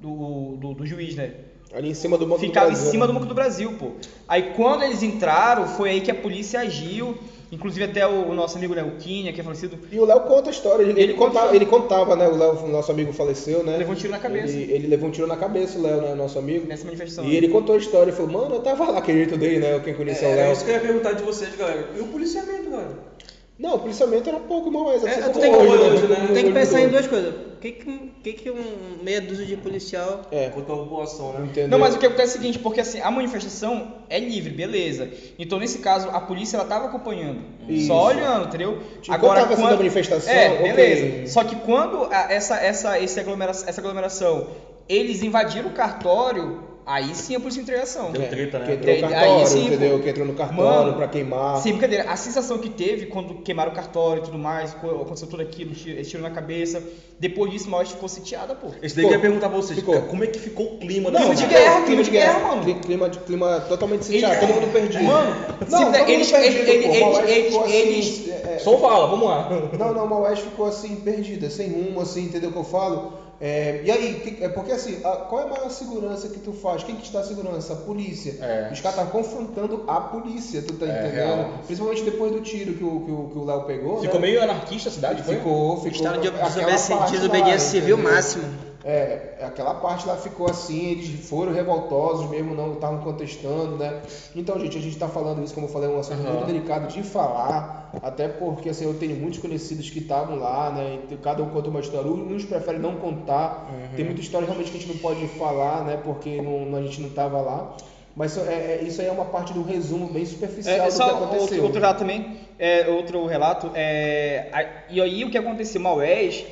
Speaker 4: do, do, do juiz, né?
Speaker 2: Ali em cima do banco
Speaker 4: Ficava
Speaker 2: do Brasil,
Speaker 4: em
Speaker 2: né?
Speaker 4: cima do Banco do Brasil, pô. Aí quando eles entraram, foi aí que a polícia agiu. Inclusive até o, o nosso amigo Léo Quinha, que é falecido,
Speaker 2: E o Léo conta a história, ele,
Speaker 4: Ele
Speaker 2: ele contava,
Speaker 4: conta-
Speaker 2: ele contava, né? O Léo, nosso amigo faleceu, né?
Speaker 4: levou um tiro na cabeça
Speaker 2: Ele, ele levou um tiro na cabeça, o Léo, né? Nosso amigo.
Speaker 4: nessa manifestação.
Speaker 2: E ele contou a história, ele falou, mano, eu tava lá, aquele jeito dele, né? Quem conhecia o
Speaker 3: É, é
Speaker 2: Léo.
Speaker 3: isso que eu ia perguntar de vocês, galera. E o policiamento, galera?
Speaker 2: Não, o policiamento era pouco mais, assim
Speaker 3: É,
Speaker 2: como
Speaker 3: tu tem que-
Speaker 4: um
Speaker 3: hoje, né?
Speaker 2: Como
Speaker 3: Tem
Speaker 1: Tem que pensar em
Speaker 2: mudou.
Speaker 1: duas coisas. O que, que, que que um meia dúzia de policial.
Speaker 2: É,
Speaker 3: Contra a população, né?
Speaker 2: entendeu?
Speaker 4: Não, mas o que acontece é o seguinte, porque assim, a manifestação é livre, beleza. Então, nesse caso, a polícia ela tava acompanhando,
Speaker 2: Isso.
Speaker 4: só olhando, entendeu?
Speaker 2: Tipo, tava sendo a manifestação,
Speaker 4: É,
Speaker 2: ok.
Speaker 4: beleza. Só que quando a- essa essa esse aglomera- essa aglomeração, eles invadiram o cartório, aí sim a polícia entrou em ação.
Speaker 3: Deu treta, né?
Speaker 2: Que entrou
Speaker 4: Aí
Speaker 2: no cartório,
Speaker 4: sim, pô.
Speaker 2: entendeu? Que entrou no cartório
Speaker 4: Mano,
Speaker 2: pra queimar.
Speaker 4: Sem brincadeira, a sensação que teve quando queimaram o cartório e tudo mais, co- aconteceu tudo aquilo, tiro, tiro na cabeça. Depois disso, Maués ficou sitiada, pô.
Speaker 3: Esse daí que eu ia
Speaker 2: Ficou.
Speaker 3: perguntar pra vocês,
Speaker 2: Ficou.
Speaker 3: cara, como é que ficou o clima
Speaker 4: Não,
Speaker 3: da
Speaker 4: de
Speaker 3: cidade?
Speaker 4: guerra, clima de guerra, mano.
Speaker 2: Cli- Clima, de, clima totalmente
Speaker 4: Ele-
Speaker 2: sitiado, todo mundo perdido.
Speaker 4: Mano,
Speaker 2: não,
Speaker 4: se-
Speaker 2: todo mundo
Speaker 4: eles-
Speaker 2: perdido,
Speaker 4: eles-
Speaker 2: pô. O
Speaker 4: eles-
Speaker 2: Maués
Speaker 4: eles-
Speaker 2: ficou assim,
Speaker 4: eles-
Speaker 2: é, é,
Speaker 3: Só fala, vamos lá.
Speaker 2: Não, não, o Oeste ficou assim, perdida, sem rumo, assim, entendeu o que eu falo? É, e aí, que- é porque assim, a- qual é a maior segurança que tu faz? Quem que te dá segurança? A polícia.
Speaker 3: É.
Speaker 2: Os caras estavam confrontando a polícia, tu tá
Speaker 3: É,
Speaker 2: entendendo?
Speaker 3: real.
Speaker 2: Principalmente depois do tiro que o, que o, que o Léo pegou.
Speaker 3: Ficou
Speaker 2: né?
Speaker 3: meio anarquista a cidade, foi?
Speaker 2: Ficou, ficou.
Speaker 1: Estado de
Speaker 2: aquela
Speaker 1: desobediência-
Speaker 2: parte lá,
Speaker 1: desobediência civil
Speaker 2: entendeu?
Speaker 1: máximo.
Speaker 2: É, aquela parte lá ficou assim, eles foram revoltosos mesmo, não estavam contestando, né? Então, gente, a gente tá falando isso, como eu falei, é um assunto
Speaker 3: Aham.
Speaker 2: muito delicado de falar, até porque, assim, eu tenho muitos conhecidos que estavam lá, né? E cada um conta uma história, uns preferem não contar,
Speaker 4: Uhum.
Speaker 2: tem muita história realmente que a gente não pode falar, né? Porque não- não- a gente não tava lá. Mas isso, é- é- isso aí é uma parte do resumo bem superficial
Speaker 4: É,
Speaker 2: do que
Speaker 4: só
Speaker 2: aconteceu. né?
Speaker 4: outro, outro relato também, é, outro relato, é, a- e aí o que aconteceu, Maués,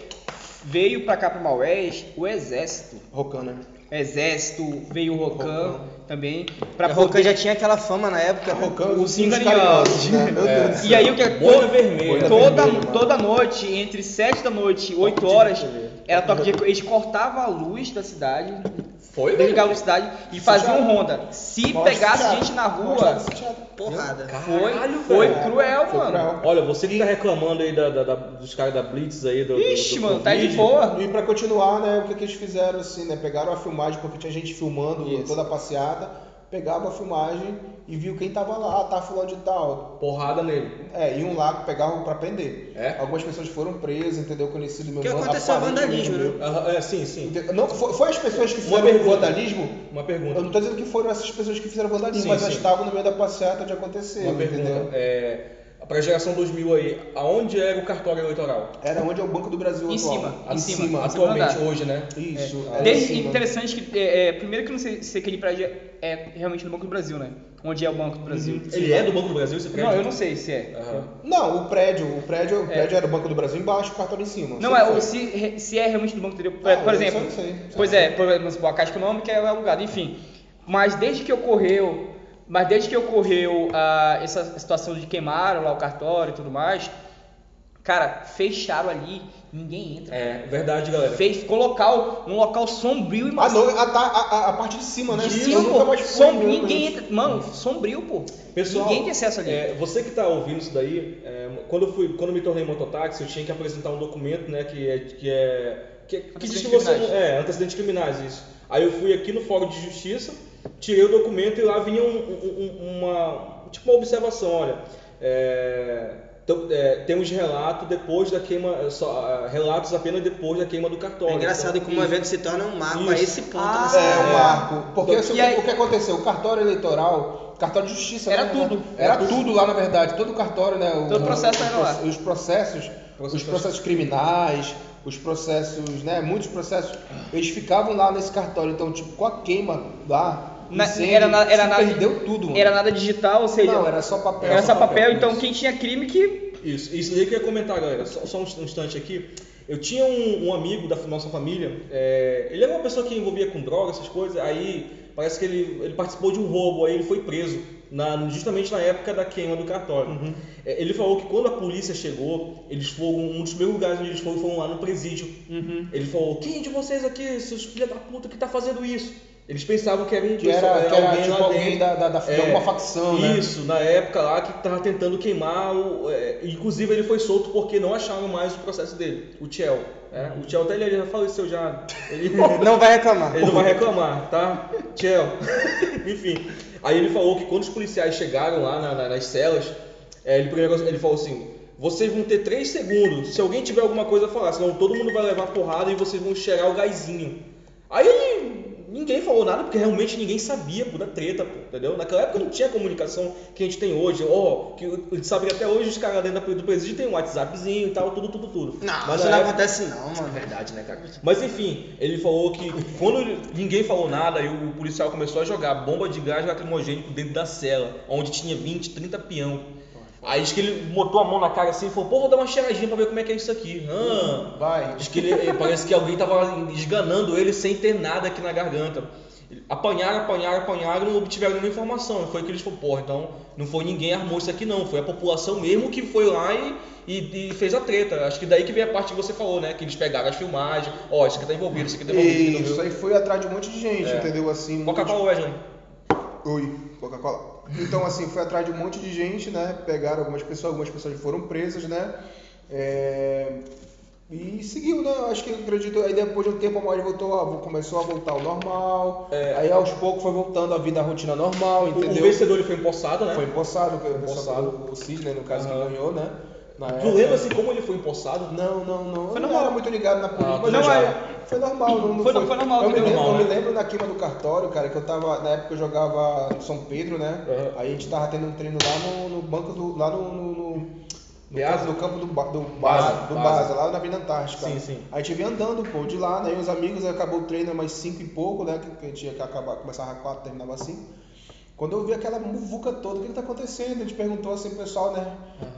Speaker 4: veio pra cá pro Maués o exército,
Speaker 2: Rocan,
Speaker 4: <laughs>
Speaker 2: né?
Speaker 4: exército, veio o Rocan também,
Speaker 1: Pra
Speaker 4: pra
Speaker 1: a É, Rocan
Speaker 4: poder...
Speaker 1: já tinha aquela fama na época.
Speaker 2: Rocan,
Speaker 4: Os
Speaker 2: cinco
Speaker 4: enganinhosos,
Speaker 2: carinhosos, né? Meu
Speaker 3: É.
Speaker 2: Deus do
Speaker 4: E
Speaker 2: céu.
Speaker 4: aí o que
Speaker 3: Boina
Speaker 4: to-
Speaker 3: vermelha.
Speaker 4: Toda,
Speaker 2: Boina vermelha,
Speaker 4: toda noite, entre 7 da noite e 8
Speaker 2: de
Speaker 4: horas,
Speaker 2: recolher.
Speaker 4: era toque de recolher. Eles cortavam a luz da cidade,
Speaker 3: Foi, velho?
Speaker 4: desligavam a cidade e faziam ronda. Se
Speaker 2: Mostra
Speaker 4: pegasse
Speaker 2: sitiado.
Speaker 4: gente na rua,
Speaker 2: Mostra sitiado.
Speaker 1: Porrada.
Speaker 4: foi,
Speaker 3: Caralho,
Speaker 4: É, foi
Speaker 3: velho.
Speaker 4: cruel,
Speaker 2: Foi
Speaker 4: mano.
Speaker 2: cruel.
Speaker 3: Olha, você que tá reclamando aí da- da- da- dos caras da Blitz aí, do. do-
Speaker 4: Ixi,
Speaker 3: do
Speaker 4: mano, tá de
Speaker 3: Covid,
Speaker 4: boa.
Speaker 2: E pra continuar, né, o que, que eles fizeram assim, né? Pegaram a filmagem, porque tinha gente filmando toda a passeada, pegava a filmagem e viu quem tava lá, ah, tá fulano de tal.
Speaker 3: Porrada nele.
Speaker 2: É, iam lá, pegavam pra prender.
Speaker 3: É?
Speaker 2: Algumas pessoas foram presas, entendeu? Conhecido meu
Speaker 1: Que
Speaker 2: mano,
Speaker 1: aconteceu
Speaker 2: parente
Speaker 1: vandalismo,
Speaker 2: meu.
Speaker 1: né?
Speaker 3: Ah, é, sim, sim.
Speaker 2: Entendeu? Não, foi, foi as pessoas que
Speaker 3: Uma
Speaker 2: foram
Speaker 3: pergunta.
Speaker 2: vandalismo?
Speaker 3: Uma
Speaker 2: Eu não
Speaker 3: pergunta.
Speaker 2: tô dizendo que foram essas pessoas que fizeram vandalismo,
Speaker 3: Sim,
Speaker 2: mas
Speaker 3: sim.
Speaker 2: elas estavam no meio da passeata de acontecer,
Speaker 3: Uma
Speaker 2: entendeu?
Speaker 3: pergunta. É, Pra geração 2000 aí, aonde era o cartório eleitoral?
Speaker 2: Era onde é o Banco do Brasil
Speaker 4: Em
Speaker 2: atual.
Speaker 4: cima, em cima, em cima.
Speaker 3: Atualmente,
Speaker 4: andar.
Speaker 3: hoje, né?
Speaker 2: Isso. era em
Speaker 4: Desde,
Speaker 2: cima.
Speaker 4: interessante que, é, é, primeiro que eu não sei se aquele prédio é realmente no Banco do Brasil, né? Onde é o Banco do Brasil.
Speaker 3: Ele é do Banco do Brasil esse prédio?
Speaker 4: Não, eu não sei se é.
Speaker 3: Aham.
Speaker 2: Não, o prédio, o prédio, o prédio era o Banco do Brasil embaixo, o cartório em cima.
Speaker 4: Não,
Speaker 2: Sempre
Speaker 4: é,
Speaker 2: foi.
Speaker 4: ou se, re- se é realmente do Banco do Brasil. Por,
Speaker 2: Ah,
Speaker 4: por
Speaker 2: eu só
Speaker 4: exemplo,
Speaker 2: não sei.
Speaker 4: pois é, por exemplo, a Caixa Econômica é alugada, enfim. Mas desde que ocorreu, mas desde que ocorreu ah, essa situação de queimaram lá o cartório e tudo mais, cara, fecharam ali, ninguém entra.
Speaker 3: É, verdade, galera.
Speaker 4: Fez, ficou local, um local sombrio e
Speaker 2: A,
Speaker 4: macio.
Speaker 2: no- a, ta- a- a- a parte de cima, né?
Speaker 4: De
Speaker 2: Eu
Speaker 4: cima,
Speaker 2: nunca
Speaker 4: pô,
Speaker 2: mais fui,
Speaker 4: sombrio,
Speaker 2: né,
Speaker 4: ninguém
Speaker 2: mas-
Speaker 4: Tipo, entra, mano, sombrio, pô.
Speaker 3: Pessoal,
Speaker 4: ninguém tem acesso ali.
Speaker 3: É, você que está ouvindo isso daí, é, quando, eu fui, quando eu me tornei mototáxi, eu tinha que apresentar um documento, né, que é... Que, é, que, que diz que
Speaker 4: Antecedentes
Speaker 3: você... não-
Speaker 4: criminais.
Speaker 3: É, antecedentes criminais, isso. Aí eu fui aqui no Fórum de Justiça, tirei o documento e lá vinha um- um- um- uma... Tipo uma observação, olha... é, então, é, temos relato depois da queima... Só, ah, relatos apenas depois da queima do
Speaker 1: É
Speaker 3: cartório. Então,
Speaker 1: engraçado como o evento se torna um marco a
Speaker 3: Isso.
Speaker 1: esse ponto.
Speaker 4: Ah,
Speaker 1: nessa
Speaker 2: É,
Speaker 1: época.
Speaker 2: o marco. Porque
Speaker 4: Então,
Speaker 2: assim,
Speaker 4: e aí-
Speaker 2: o que aconteceu? O cartório eleitoral, cartório de justiça,
Speaker 4: Era
Speaker 2: né?
Speaker 4: tudo.
Speaker 2: Era tudo lá, na verdade. Todo o cartório, né? o-
Speaker 4: Todo o processo
Speaker 2: os
Speaker 4: era
Speaker 2: proce-
Speaker 4: lá.
Speaker 2: Os processos, os
Speaker 3: Processos.
Speaker 2: processos criminais, os processos, né? Muitos processos, eles ficavam lá nesse cartório. Então, tipo, com a queima lá,
Speaker 4: Na-
Speaker 2: incêndio,
Speaker 4: era na- era
Speaker 2: se
Speaker 4: na-
Speaker 2: perdeu tudo, mano.
Speaker 4: Era nada digital, ou seja,
Speaker 2: Não, era só papel.
Speaker 4: era só papel, então
Speaker 2: isso.
Speaker 4: quem tinha crime que
Speaker 3: Isso, isso daí que eu ia comentar, galera. Só, só um inst- um instante aqui. Eu tinha um, um amigo da f- nossa família, é, ele era uma pessoa que envolvia com droga, essas coisas, aí parece que ele, ele participou de um roubo, aí ele foi preso, na- justamente na época da queima do cartório.
Speaker 2: Uhum.
Speaker 3: É, ele falou que quando a polícia chegou, eles foram, um dos primeiros lugares onde eles foram, foram lá no presídio.
Speaker 2: Uhum.
Speaker 3: Ele falou, quem de vocês aqui, seus filhos da puta, que tá fazendo isso? Eles pensavam que era um
Speaker 2: Que era-
Speaker 3: pessoal-
Speaker 2: que era,
Speaker 3: lá
Speaker 2: tipo, alguém
Speaker 3: dentro.
Speaker 2: da- da- da- de alguma facção, né?
Speaker 3: É, Isso, na época lá que tava tentando queimar, o, é, inclusive ele foi solto porque não acharam mais o processo dele, o Tchel. né? O Tchel até ele ele já faleceu já. né? Ele,
Speaker 2: <laughs>
Speaker 1: Não vai reclamar.
Speaker 3: ele não vai reclamar, tá? Tchel. <laughs> Enfim. Aí ele falou que quando os policiais chegaram lá na- na- nas celas, é, ele, primeiro, ele falou assim: vocês vão ter três segundos se alguém tiver alguma coisa a falar, senão todo mundo vai levar porrada e vocês vão cheirar o gásinho. Aí ninguém falou nada porque realmente ninguém sabia pô, da treta, pô, entendeu? Naquela época não tinha a comunicação que a gente tem hoje. Ó, que a gente sabe que até hoje os caras dentro da- do presídio tem um WhatsAppzinho e tal, tudo, tudo, tudo.
Speaker 1: Não,
Speaker 3: Mas
Speaker 1: isso não
Speaker 3: na
Speaker 4: é-
Speaker 1: é
Speaker 3: época-
Speaker 1: acontece não, mano.
Speaker 3: Verdade, né, cara? Mas enfim, ele falou que quando ele- ninguém falou nada e o policial começou a jogar bomba de gás lacrimogênico dentro da cela, onde tinha 20, 30 peão. Aí diz que ele botou a mão na cara assim e falou, pô, vou dar uma cheiradinha pra ver como é que é isso aqui. Ah.
Speaker 2: Vai.
Speaker 3: Diz que ele, eh, parece que alguém tava esganando ele sem ter nada aqui na garganta. Apanharam, apanharam, apanharam, não obtiveram nenhuma informação. Foi que eles falaram, porra, então não foi ninguém que armou isso aqui não, foi a população mesmo que foi lá e, e- e fez a treta. Acho que daí que veio a parte que você falou, né? Que eles pegaram as filmagens, ó, isso aqui tá envolvido, isso aqui tá envolvido, isso aqui tá
Speaker 2: Isso aí foi atrás de um monte de gente,
Speaker 3: É.
Speaker 2: entendeu? Assim, um monte de-
Speaker 3: Coca-Cola Wesley.
Speaker 2: Oi, Coca-Cola. Então, assim, foi atrás de um monte de gente, né? Pegaram algumas pessoas, algumas pessoas foram presas, né? É, E seguiu, né? Eu Acho que eu acredito. Aí depois de um tempo a Mari voltou, ó, começou a voltar ao normal. Aí aos poucos foi voltando a vida à rotina normal,
Speaker 3: É. O, o
Speaker 2: entendeu?
Speaker 3: vencedor ele foi empossado, né?
Speaker 2: Foi empossado, foi empossado.
Speaker 3: Empossado.
Speaker 2: O Sidney, no caso,
Speaker 3: Aham.
Speaker 2: que ganhou, né? Na
Speaker 3: Tu
Speaker 2: época.
Speaker 3: lembra assim como ele foi empossado?
Speaker 2: Não, não, não.
Speaker 4: Foi
Speaker 2: eu não
Speaker 4: normal.
Speaker 2: era muito ligado na política.
Speaker 3: Ah,
Speaker 2: mas
Speaker 3: não,
Speaker 2: eu
Speaker 4: é.
Speaker 2: Foi normal, não, não
Speaker 4: Foi- foi normal,
Speaker 2: Eu me,
Speaker 4: entendeu?
Speaker 2: lembro,
Speaker 3: Normal,
Speaker 2: eu
Speaker 3: né?
Speaker 2: me lembro na queima do cartório, cara, que eu tava. Na época eu jogava no São Pedro, né?
Speaker 3: Aham.
Speaker 2: Aí a gente tava tendo um treino lá no, no banco do. lá no. no, no no
Speaker 3: Beaza?
Speaker 2: campo- no campo do, ba, do
Speaker 3: Baza,
Speaker 2: Baza, do
Speaker 3: Baza.
Speaker 2: Baza, lá na Vila Antártica.
Speaker 3: Sim, sim.
Speaker 2: Aí a gente veio andando, pô, de lá, né? E os amigos, aí acabou o treino umas 5 e pouco, né? Que, que tinha que acabar, começava às 4, terminava 5. Quando eu vi aquela muvuca toda, o que, que tá acontecendo? A gente perguntou assim pro pessoal, né?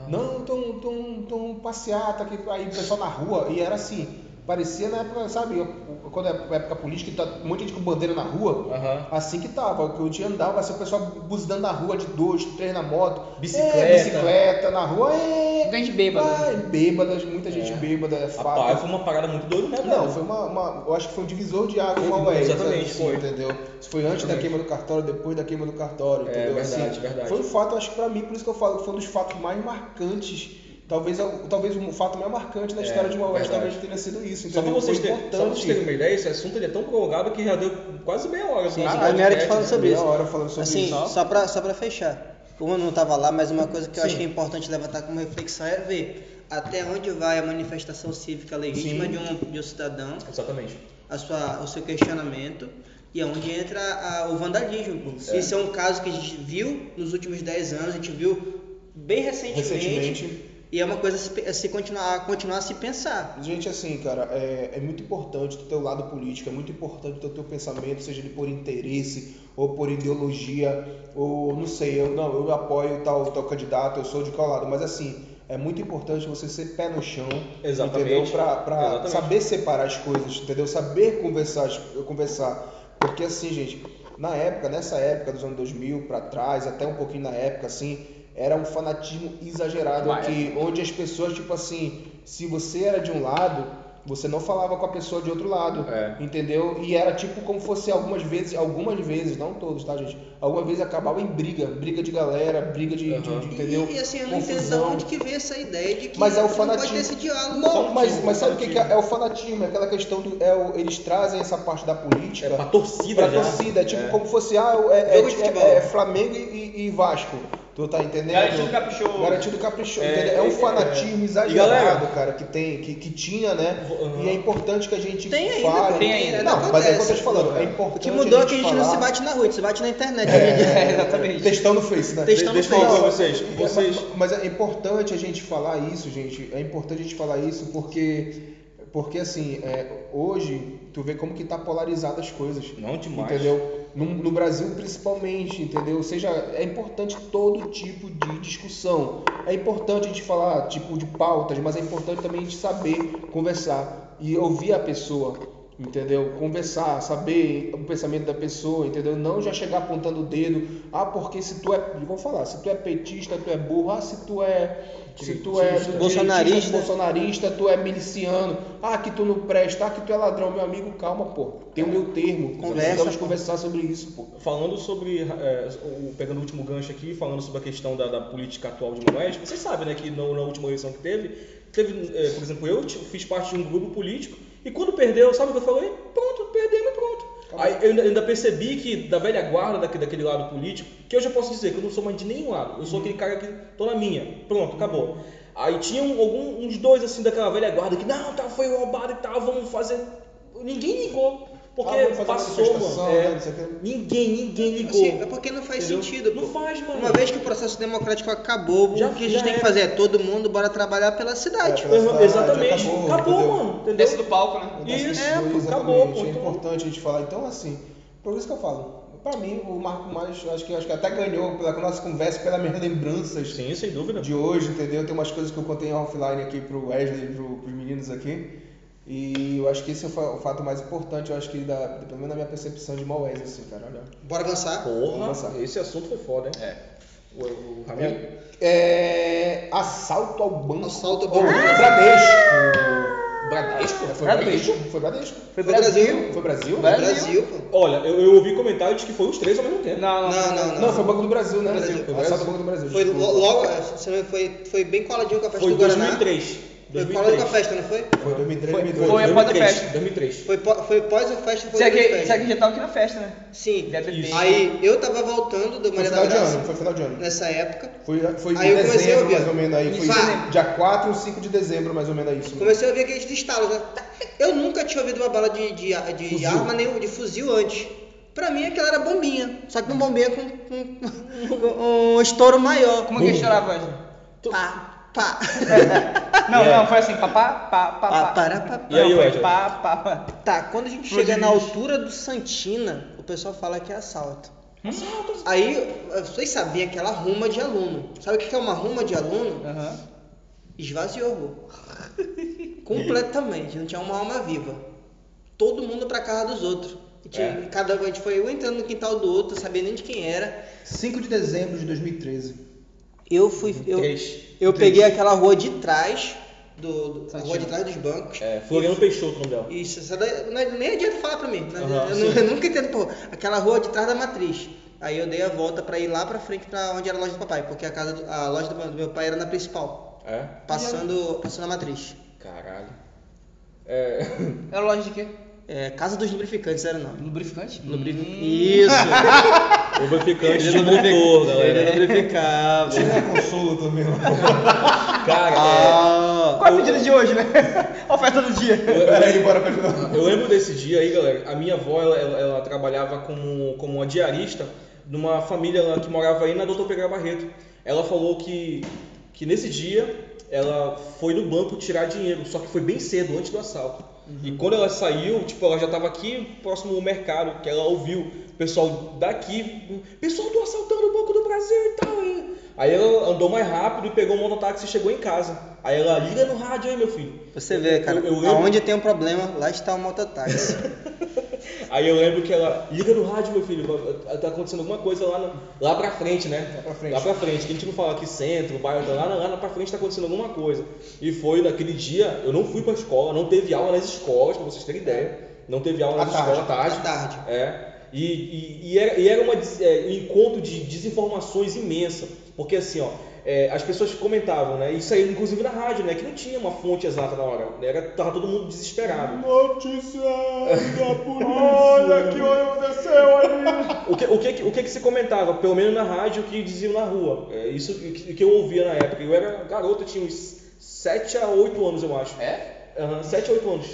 Speaker 2: Não, tão, tão, tão passeata aqui, aí o pessoal na rua, e era assim, parecia na época, sabe, o- quando é época política, tá um monte de gente com bandeira na rua,
Speaker 3: Aham.
Speaker 2: assim que tava, o que eu tinha andava, assim, o pessoal buzinando na rua de dois, três na moto,
Speaker 3: Bicicleta. né?
Speaker 2: é, bicicleta na rua, é,
Speaker 4: ganha de bêbado.
Speaker 2: ai, bêbadas, muita gente
Speaker 3: É.
Speaker 2: bêbada, é
Speaker 3: Rapaz,
Speaker 2: fato.
Speaker 3: foi uma parada muito doida, né,
Speaker 2: Não,
Speaker 3: velho?
Speaker 2: foi uma, uma- Eu acho que foi um divisor de água
Speaker 3: Foi,
Speaker 2: uma vez.
Speaker 3: exatamente,
Speaker 2: assim,
Speaker 3: foi.
Speaker 2: Entendeu? Isso foi antes da
Speaker 3: Exatamente.
Speaker 2: queima do cartório, depois da queima do cartório,
Speaker 3: É,
Speaker 2: entendeu?
Speaker 3: verdade, verdade.
Speaker 2: Foi um fato, acho que pra mim, por isso que eu falo que foi um dos fatos mais marcantes. Talvez, o- talvez o fato mais marcante da
Speaker 3: É,
Speaker 2: história de uma West
Speaker 3: verdade.
Speaker 2: talvez tenha sido isso.
Speaker 3: Só pra,
Speaker 2: Entendeu?
Speaker 3: vocês
Speaker 2: Foi
Speaker 3: terem, só pra vocês terem
Speaker 2: importante.
Speaker 3: uma ideia, esse assunto ele é tão prolongado que já deu quase meia hora. assim,
Speaker 1: Sim,
Speaker 3: esse
Speaker 1: a minha hora de
Speaker 3: podcast,
Speaker 1: falar
Speaker 3: né?
Speaker 1: sobre isso.
Speaker 2: Meia hora falando sobre
Speaker 1: assim,
Speaker 2: isso.
Speaker 1: Só pra, só pra fechar. Como eu não tava lá, mas uma coisa que eu
Speaker 3: Sim.
Speaker 1: acho que é importante levantar como reflexão é ver até onde vai a manifestação cívica legítima
Speaker 2: Sim.
Speaker 1: de um, de um cidadão,
Speaker 3: Exatamente.
Speaker 1: a sua, o seu questionamento, e aonde entra é a- o vandalismo. pô. Isso é um caso que a gente viu nos últimos 10 anos, a gente viu bem recentemente,
Speaker 2: Recentemente,
Speaker 1: e é uma coisa a se, pe- a se continuar, a continuar a se pensar.
Speaker 2: gente, assim, cara, é, é muito importante tu ter o lado político, é muito importante tu ter o teu pensamento, seja ele por interesse ou por ideologia, ou não sei, eu não, eu apoio tal, tal candidato, eu sou de qual lado, mas assim, é muito importante você ser pé no chão,
Speaker 3: Exatamente.
Speaker 2: entendeu? Pra, pra
Speaker 3: Exatamente.
Speaker 2: saber separar as coisas, entendeu? Saber conversar, as- conversar. Porque assim, gente, na época, nessa época dos anos 2000 pra trás, até um pouquinho na época, assim, era um fanatismo exagerado,
Speaker 4: Mas-
Speaker 2: que, onde as pessoas, tipo assim, se você era de um lado, você não falava com a pessoa de outro lado,
Speaker 3: É.
Speaker 2: entendeu? E era tipo como fosse algumas vezes, algumas vezes, não todos, tá, gente? Algumas vezes acabava em briga, briga de galera, briga de, de-
Speaker 3: Aham.
Speaker 2: de- entendeu?
Speaker 1: E, e assim, eu não entendo de onde que veio essa ideia de que
Speaker 2: Mas é o
Speaker 1: não pode
Speaker 2: fanatismo.
Speaker 1: ter esse diálogo.
Speaker 2: Não, mas,
Speaker 3: fanatismo,
Speaker 2: mas sabe o que, que é? É
Speaker 3: fanatismo.
Speaker 2: o fanatismo, é aquela questão do. É o- eles trazem essa parte da política
Speaker 3: Pra torcida
Speaker 2: pra
Speaker 3: já.
Speaker 2: torcida. É tipo como fosse, ah, é, é-
Speaker 1: Jogo de
Speaker 2: é-
Speaker 1: futebol.
Speaker 2: é Flamengo e, e Vasco. Tu tá entendendo?
Speaker 4: Garantido caprichoso.
Speaker 2: Garantido caprichoso.
Speaker 3: É,
Speaker 2: entendeu? É, um
Speaker 3: é,
Speaker 2: fanatismo
Speaker 3: E galera?
Speaker 2: exagerado, cara, que tem, que, que tinha, né?
Speaker 3: Uhum.
Speaker 2: E é importante que a gente
Speaker 1: Tem ainda,
Speaker 2: fale.
Speaker 1: pô,
Speaker 4: tem ainda,
Speaker 2: Não, mas é o que eu tô te
Speaker 1: acontece.
Speaker 2: falando. É
Speaker 1: O
Speaker 2: importante.
Speaker 1: que mudou é que a gente não
Speaker 2: falar-
Speaker 1: se bate na rua, a gente se bate na internet. né,
Speaker 4: É, exatamente.
Speaker 2: Textão no Face, né?
Speaker 1: Textão no
Speaker 3: Deixa eu falar
Speaker 1: Face.
Speaker 3: pra vocês. vocês...
Speaker 2: É, mas, mas é importante a gente falar isso, gente. É importante a gente falar isso porque, porque assim, é, hoje tu vê como que tá polarizado as coisas.
Speaker 3: Não demais.
Speaker 2: Entendeu? No, no Brasil, principalmente, entendeu? Ou seja, é importante todo tipo de discussão. É importante a gente falar, tipo, de pautas, mas é importante também a gente saber conversar e ouvir a pessoa, entendeu? Conversar, saber o pensamento da pessoa, entendeu? Não já chegar apontando o dedo. Ah, porque se tu é. Vamos falar, se tu é petista, tu é burro. Ah, se tu é. Se tu é do
Speaker 1: Bolsonarista.
Speaker 2: direitista, bolsonarista, tu é miliciano, ah, que tu não presta, ah, que tu é ladrão, meu amigo, calma, pô. Tem o meu termo.
Speaker 1: Conversa,
Speaker 2: Precisamos
Speaker 1: pô.
Speaker 2: conversar sobre isso, pô.
Speaker 3: Falando sobre, é, o- pegando o último gancho aqui, falando sobre a questão da, da política atual de Manoel, vocês sabem né, que no- na última eleição que teve, teve é, por exemplo, eu t- fiz parte de um grupo político e quando perdeu, sabe o que eu falei? Pronto, perdemos e pronto. Aí eu ainda- ainda percebi que da velha guarda daque- daquele lado político, que hoje eu posso dizer que eu não sou mais de nenhum lado, eu
Speaker 2: Uhum.
Speaker 3: sou aquele cara que tô na minha, pronto, acabou. Aí tinham algum, uns dois assim daquela velha guarda que, não, tá, foi roubado e tal, vamos fazer. Ninguém ligou. Porque
Speaker 2: Ah, vamos fazer
Speaker 3: passou, mano.
Speaker 2: manifestação,
Speaker 3: É,
Speaker 2: né, não sei o quê.
Speaker 3: Ninguém, ninguém ligou.
Speaker 1: Assim, é porque não faz
Speaker 3: Entendeu?
Speaker 1: sentido.
Speaker 3: Não
Speaker 1: pô.
Speaker 3: faz, mano.
Speaker 1: Uma vez que o processo democrático acabou,
Speaker 3: Já-
Speaker 1: o que a
Speaker 3: já
Speaker 1: gente tem que
Speaker 3: é.
Speaker 1: fazer é todo mundo bora trabalhar pela cidade.
Speaker 2: É, pela-
Speaker 3: Tá, tipo, Aham, Exatamente.
Speaker 2: Acabou,
Speaker 3: Acabou,
Speaker 2: entendeu?
Speaker 3: mano. Entendeu?
Speaker 4: Desce do palco, né?
Speaker 3: Isso,
Speaker 2: Essas
Speaker 3: é,
Speaker 2: coisas,
Speaker 3: pô,
Speaker 2: exatamente.
Speaker 3: acabou, pô.
Speaker 2: É
Speaker 3: Então-
Speaker 2: importante a gente falar. Então, assim, por isso que eu falo. Pra mim, o Marco Mais, eu acho que, acho que até ganhou pela assim, nossa conversa, pelas minhas lembranças
Speaker 3: Sim, sem dúvida.
Speaker 2: de hoje, entendeu? Tem umas coisas que eu contei offline aqui pro Wesley, pro, pros meninos aqui. E eu acho que esse é o fa- o fato mais importante, eu acho que, da, pelo menos na minha percepção de mal Wesley, assim, cara. Olha.
Speaker 1: Bora avançar?
Speaker 3: Porra,
Speaker 2: Vamos avançar.
Speaker 3: esse assunto foi foda, hein?
Speaker 4: É.
Speaker 3: O, o Ramiro.
Speaker 2: É, assalto ao banco.
Speaker 1: Assalto ao
Speaker 2: Ou
Speaker 1: banco.
Speaker 2: Bradesco.
Speaker 3: Bradesco?
Speaker 2: É, Foi
Speaker 4: Bradesco.
Speaker 2: Bradesco. Foi Bradesco.
Speaker 1: Foi pro Brasil.
Speaker 2: Foi Brasil?
Speaker 4: Bra-
Speaker 1: Brasil, pô.
Speaker 3: Olha, eu, eu ouvi comentários que foi os três ao mesmo tempo.
Speaker 4: Não,
Speaker 1: Não, não, não.
Speaker 2: Não, foi o Banco do Brasil, né?
Speaker 1: Brasil.
Speaker 2: Foi Assalto ao Banco do Brasil.
Speaker 1: Foi
Speaker 2: desculpa.
Speaker 1: lo- logo, se não me- foi, foi bem coladinho com a festa
Speaker 3: Foi
Speaker 1: do Guaraná.
Speaker 3: 2003.
Speaker 1: né? Foi coladinho com a
Speaker 3: 2003.
Speaker 1: festa, não foi?
Speaker 2: Foi 2003,
Speaker 4: Foi-
Speaker 2: 2002.
Speaker 4: foi- após a festa.
Speaker 3: 2003.
Speaker 1: Foi, po- foi pós a festa, foi depois da
Speaker 4: Será que,
Speaker 1: festa.
Speaker 4: será que já tava aqui na festa, né?
Speaker 1: Sim.
Speaker 4: Já bebeu.
Speaker 1: Aí eu tava voltando do
Speaker 2: Foi
Speaker 1: Maria da
Speaker 2: final de
Speaker 1: Graça
Speaker 2: ano. Foi final de ano.
Speaker 1: nessa época.
Speaker 2: Foi, foi
Speaker 1: Aí
Speaker 2: em
Speaker 1: eu comecei a
Speaker 2: dezembro,
Speaker 1: ouvir.
Speaker 2: mais ou menos aí. Foi
Speaker 1: Vá.
Speaker 2: dia 4 ou 5 de dezembro, mais ou menos aí. Isso.
Speaker 1: Comecei a ouvir aqueles estalos. né? Eu nunca tinha ouvido uma bala de, de, de
Speaker 2: Fuzil.
Speaker 1: arma nem de fuzil antes. Pra mim aquela era bombinha. Só que uma bombinha com, com- com um estouro maior.
Speaker 4: Como é que ele chorava hoje?
Speaker 1: Pá, tá? pá.
Speaker 4: Não, não, foi assim, papá, pá, pá,
Speaker 1: Pá,
Speaker 4: pá.
Speaker 1: para, pá, pá.
Speaker 3: E aí,
Speaker 4: Não, foi
Speaker 3: Wesley?
Speaker 4: pá, pá, pá.
Speaker 1: Tá, quando a gente
Speaker 4: Flor de
Speaker 1: chega na
Speaker 4: lis.
Speaker 1: altura do Santina, o pessoal fala que é assalto. Aí, vocês sabiam aquela ruma de aluno. Sabe o que que é uma ruma de aluno?
Speaker 4: Aham.
Speaker 1: Esvaziou a
Speaker 3: <laughs>
Speaker 1: rua. Completamente. Não tinha uma alma viva. Todo mundo pra casa dos outros. E tinha-
Speaker 3: É.
Speaker 1: Cada a gente foi um entrando no quintal do outro, não sabia nem de quem era.
Speaker 2: 5 de dezembro de 2013.
Speaker 1: Eu fui. Eu,
Speaker 3: Três.
Speaker 1: eu peguei aquela rua de trás, do, do- a rua
Speaker 4: Santinho.
Speaker 1: de trás dos bancos.
Speaker 3: É, Floriano Peixoto o nome dela.
Speaker 1: Isso, essa daí, não é- nem adianta falar pra mim. né?
Speaker 3: Aham,
Speaker 1: eu, nu- eu nunca entendo, pô, aquela rua de trás da matriz. Aí eu dei a volta pra ir lá pra frente pra onde era a loja do papai, porque a casa do- a loja do, meu- do meu pai era na principal,
Speaker 3: É?
Speaker 1: passando, passando a matriz.
Speaker 3: Caralho. É.
Speaker 4: Era loja de quê?
Speaker 1: É, casa dos lubrificantes era não.
Speaker 4: Lubrificante?
Speaker 1: Isso.
Speaker 3: Lubrificante de motor, galera.
Speaker 1: lubrificava.
Speaker 2: Tinha consolo também né? lá.
Speaker 3: Cara,
Speaker 1: Ah,
Speaker 4: Qual é a pedida de hoje, né? <laughs> Oferta do
Speaker 2: <laughs>
Speaker 4: dia.
Speaker 2: Peraí, bora continuar.
Speaker 3: Eu lembro desse dia aí, galera. A minha avó, ela, ela- ela trabalhava como, como uma diarista numa família lá que morava aí na Doutor Pereira Barreto. Ela falou que, que nesse dia ela foi no banco tirar dinheiro, só que foi bem cedo, antes do assalto. E quando ela saiu, tipo, ela já tava aqui próximo ao mercado, que ela ouviu o pessoal daqui, pessoal do assaltando o Banco do Brasil e tal. E... Aí ela andou mais rápido e pegou um mototáxi e chegou em casa. Aí ela liga no rádio aí, meu filho.
Speaker 1: É. Você vê, cara,
Speaker 3: Eu- eu lembro-
Speaker 1: aonde tem um problema, lá está o mototáxi.
Speaker 3: Aí eu lembro que ela liga no rádio, meu filho, tá acontecendo alguma coisa lá, na- lá pra frente, né? Lá
Speaker 2: pra frente.
Speaker 3: Lá pra frente, que a gente não fala aqui centro, bairro, tá lá, na- lá na- pra frente tá acontecendo alguma coisa. E foi naquele dia, eu não fui pra escola, não teve aula nas escolas, pra vocês terem ideia. Não teve aula
Speaker 2: À
Speaker 3: nas
Speaker 2: tarde,
Speaker 3: escolas à tarde.
Speaker 1: à tarde.
Speaker 3: É. E, e, e era, e era uma des- é, um encontro de desinformações imensa. Porque assim, ó, é, as pessoas comentavam, né? Isso aí, inclusive na rádio, né? Que não tinha uma fonte exata na hora. né, Era, tava todo mundo desesperado.
Speaker 2: Notícia da polícia. Olha que aconteceu ali.
Speaker 3: O que, o, que, o que que se comentava, pelo menos na rádio, o que diziam na rua? É, isso que, que eu ouvia na época. Eu era garoto, eu tinha uns 7 a 8 anos, eu acho.
Speaker 4: É?
Speaker 3: Aham, 7 a 8 anos.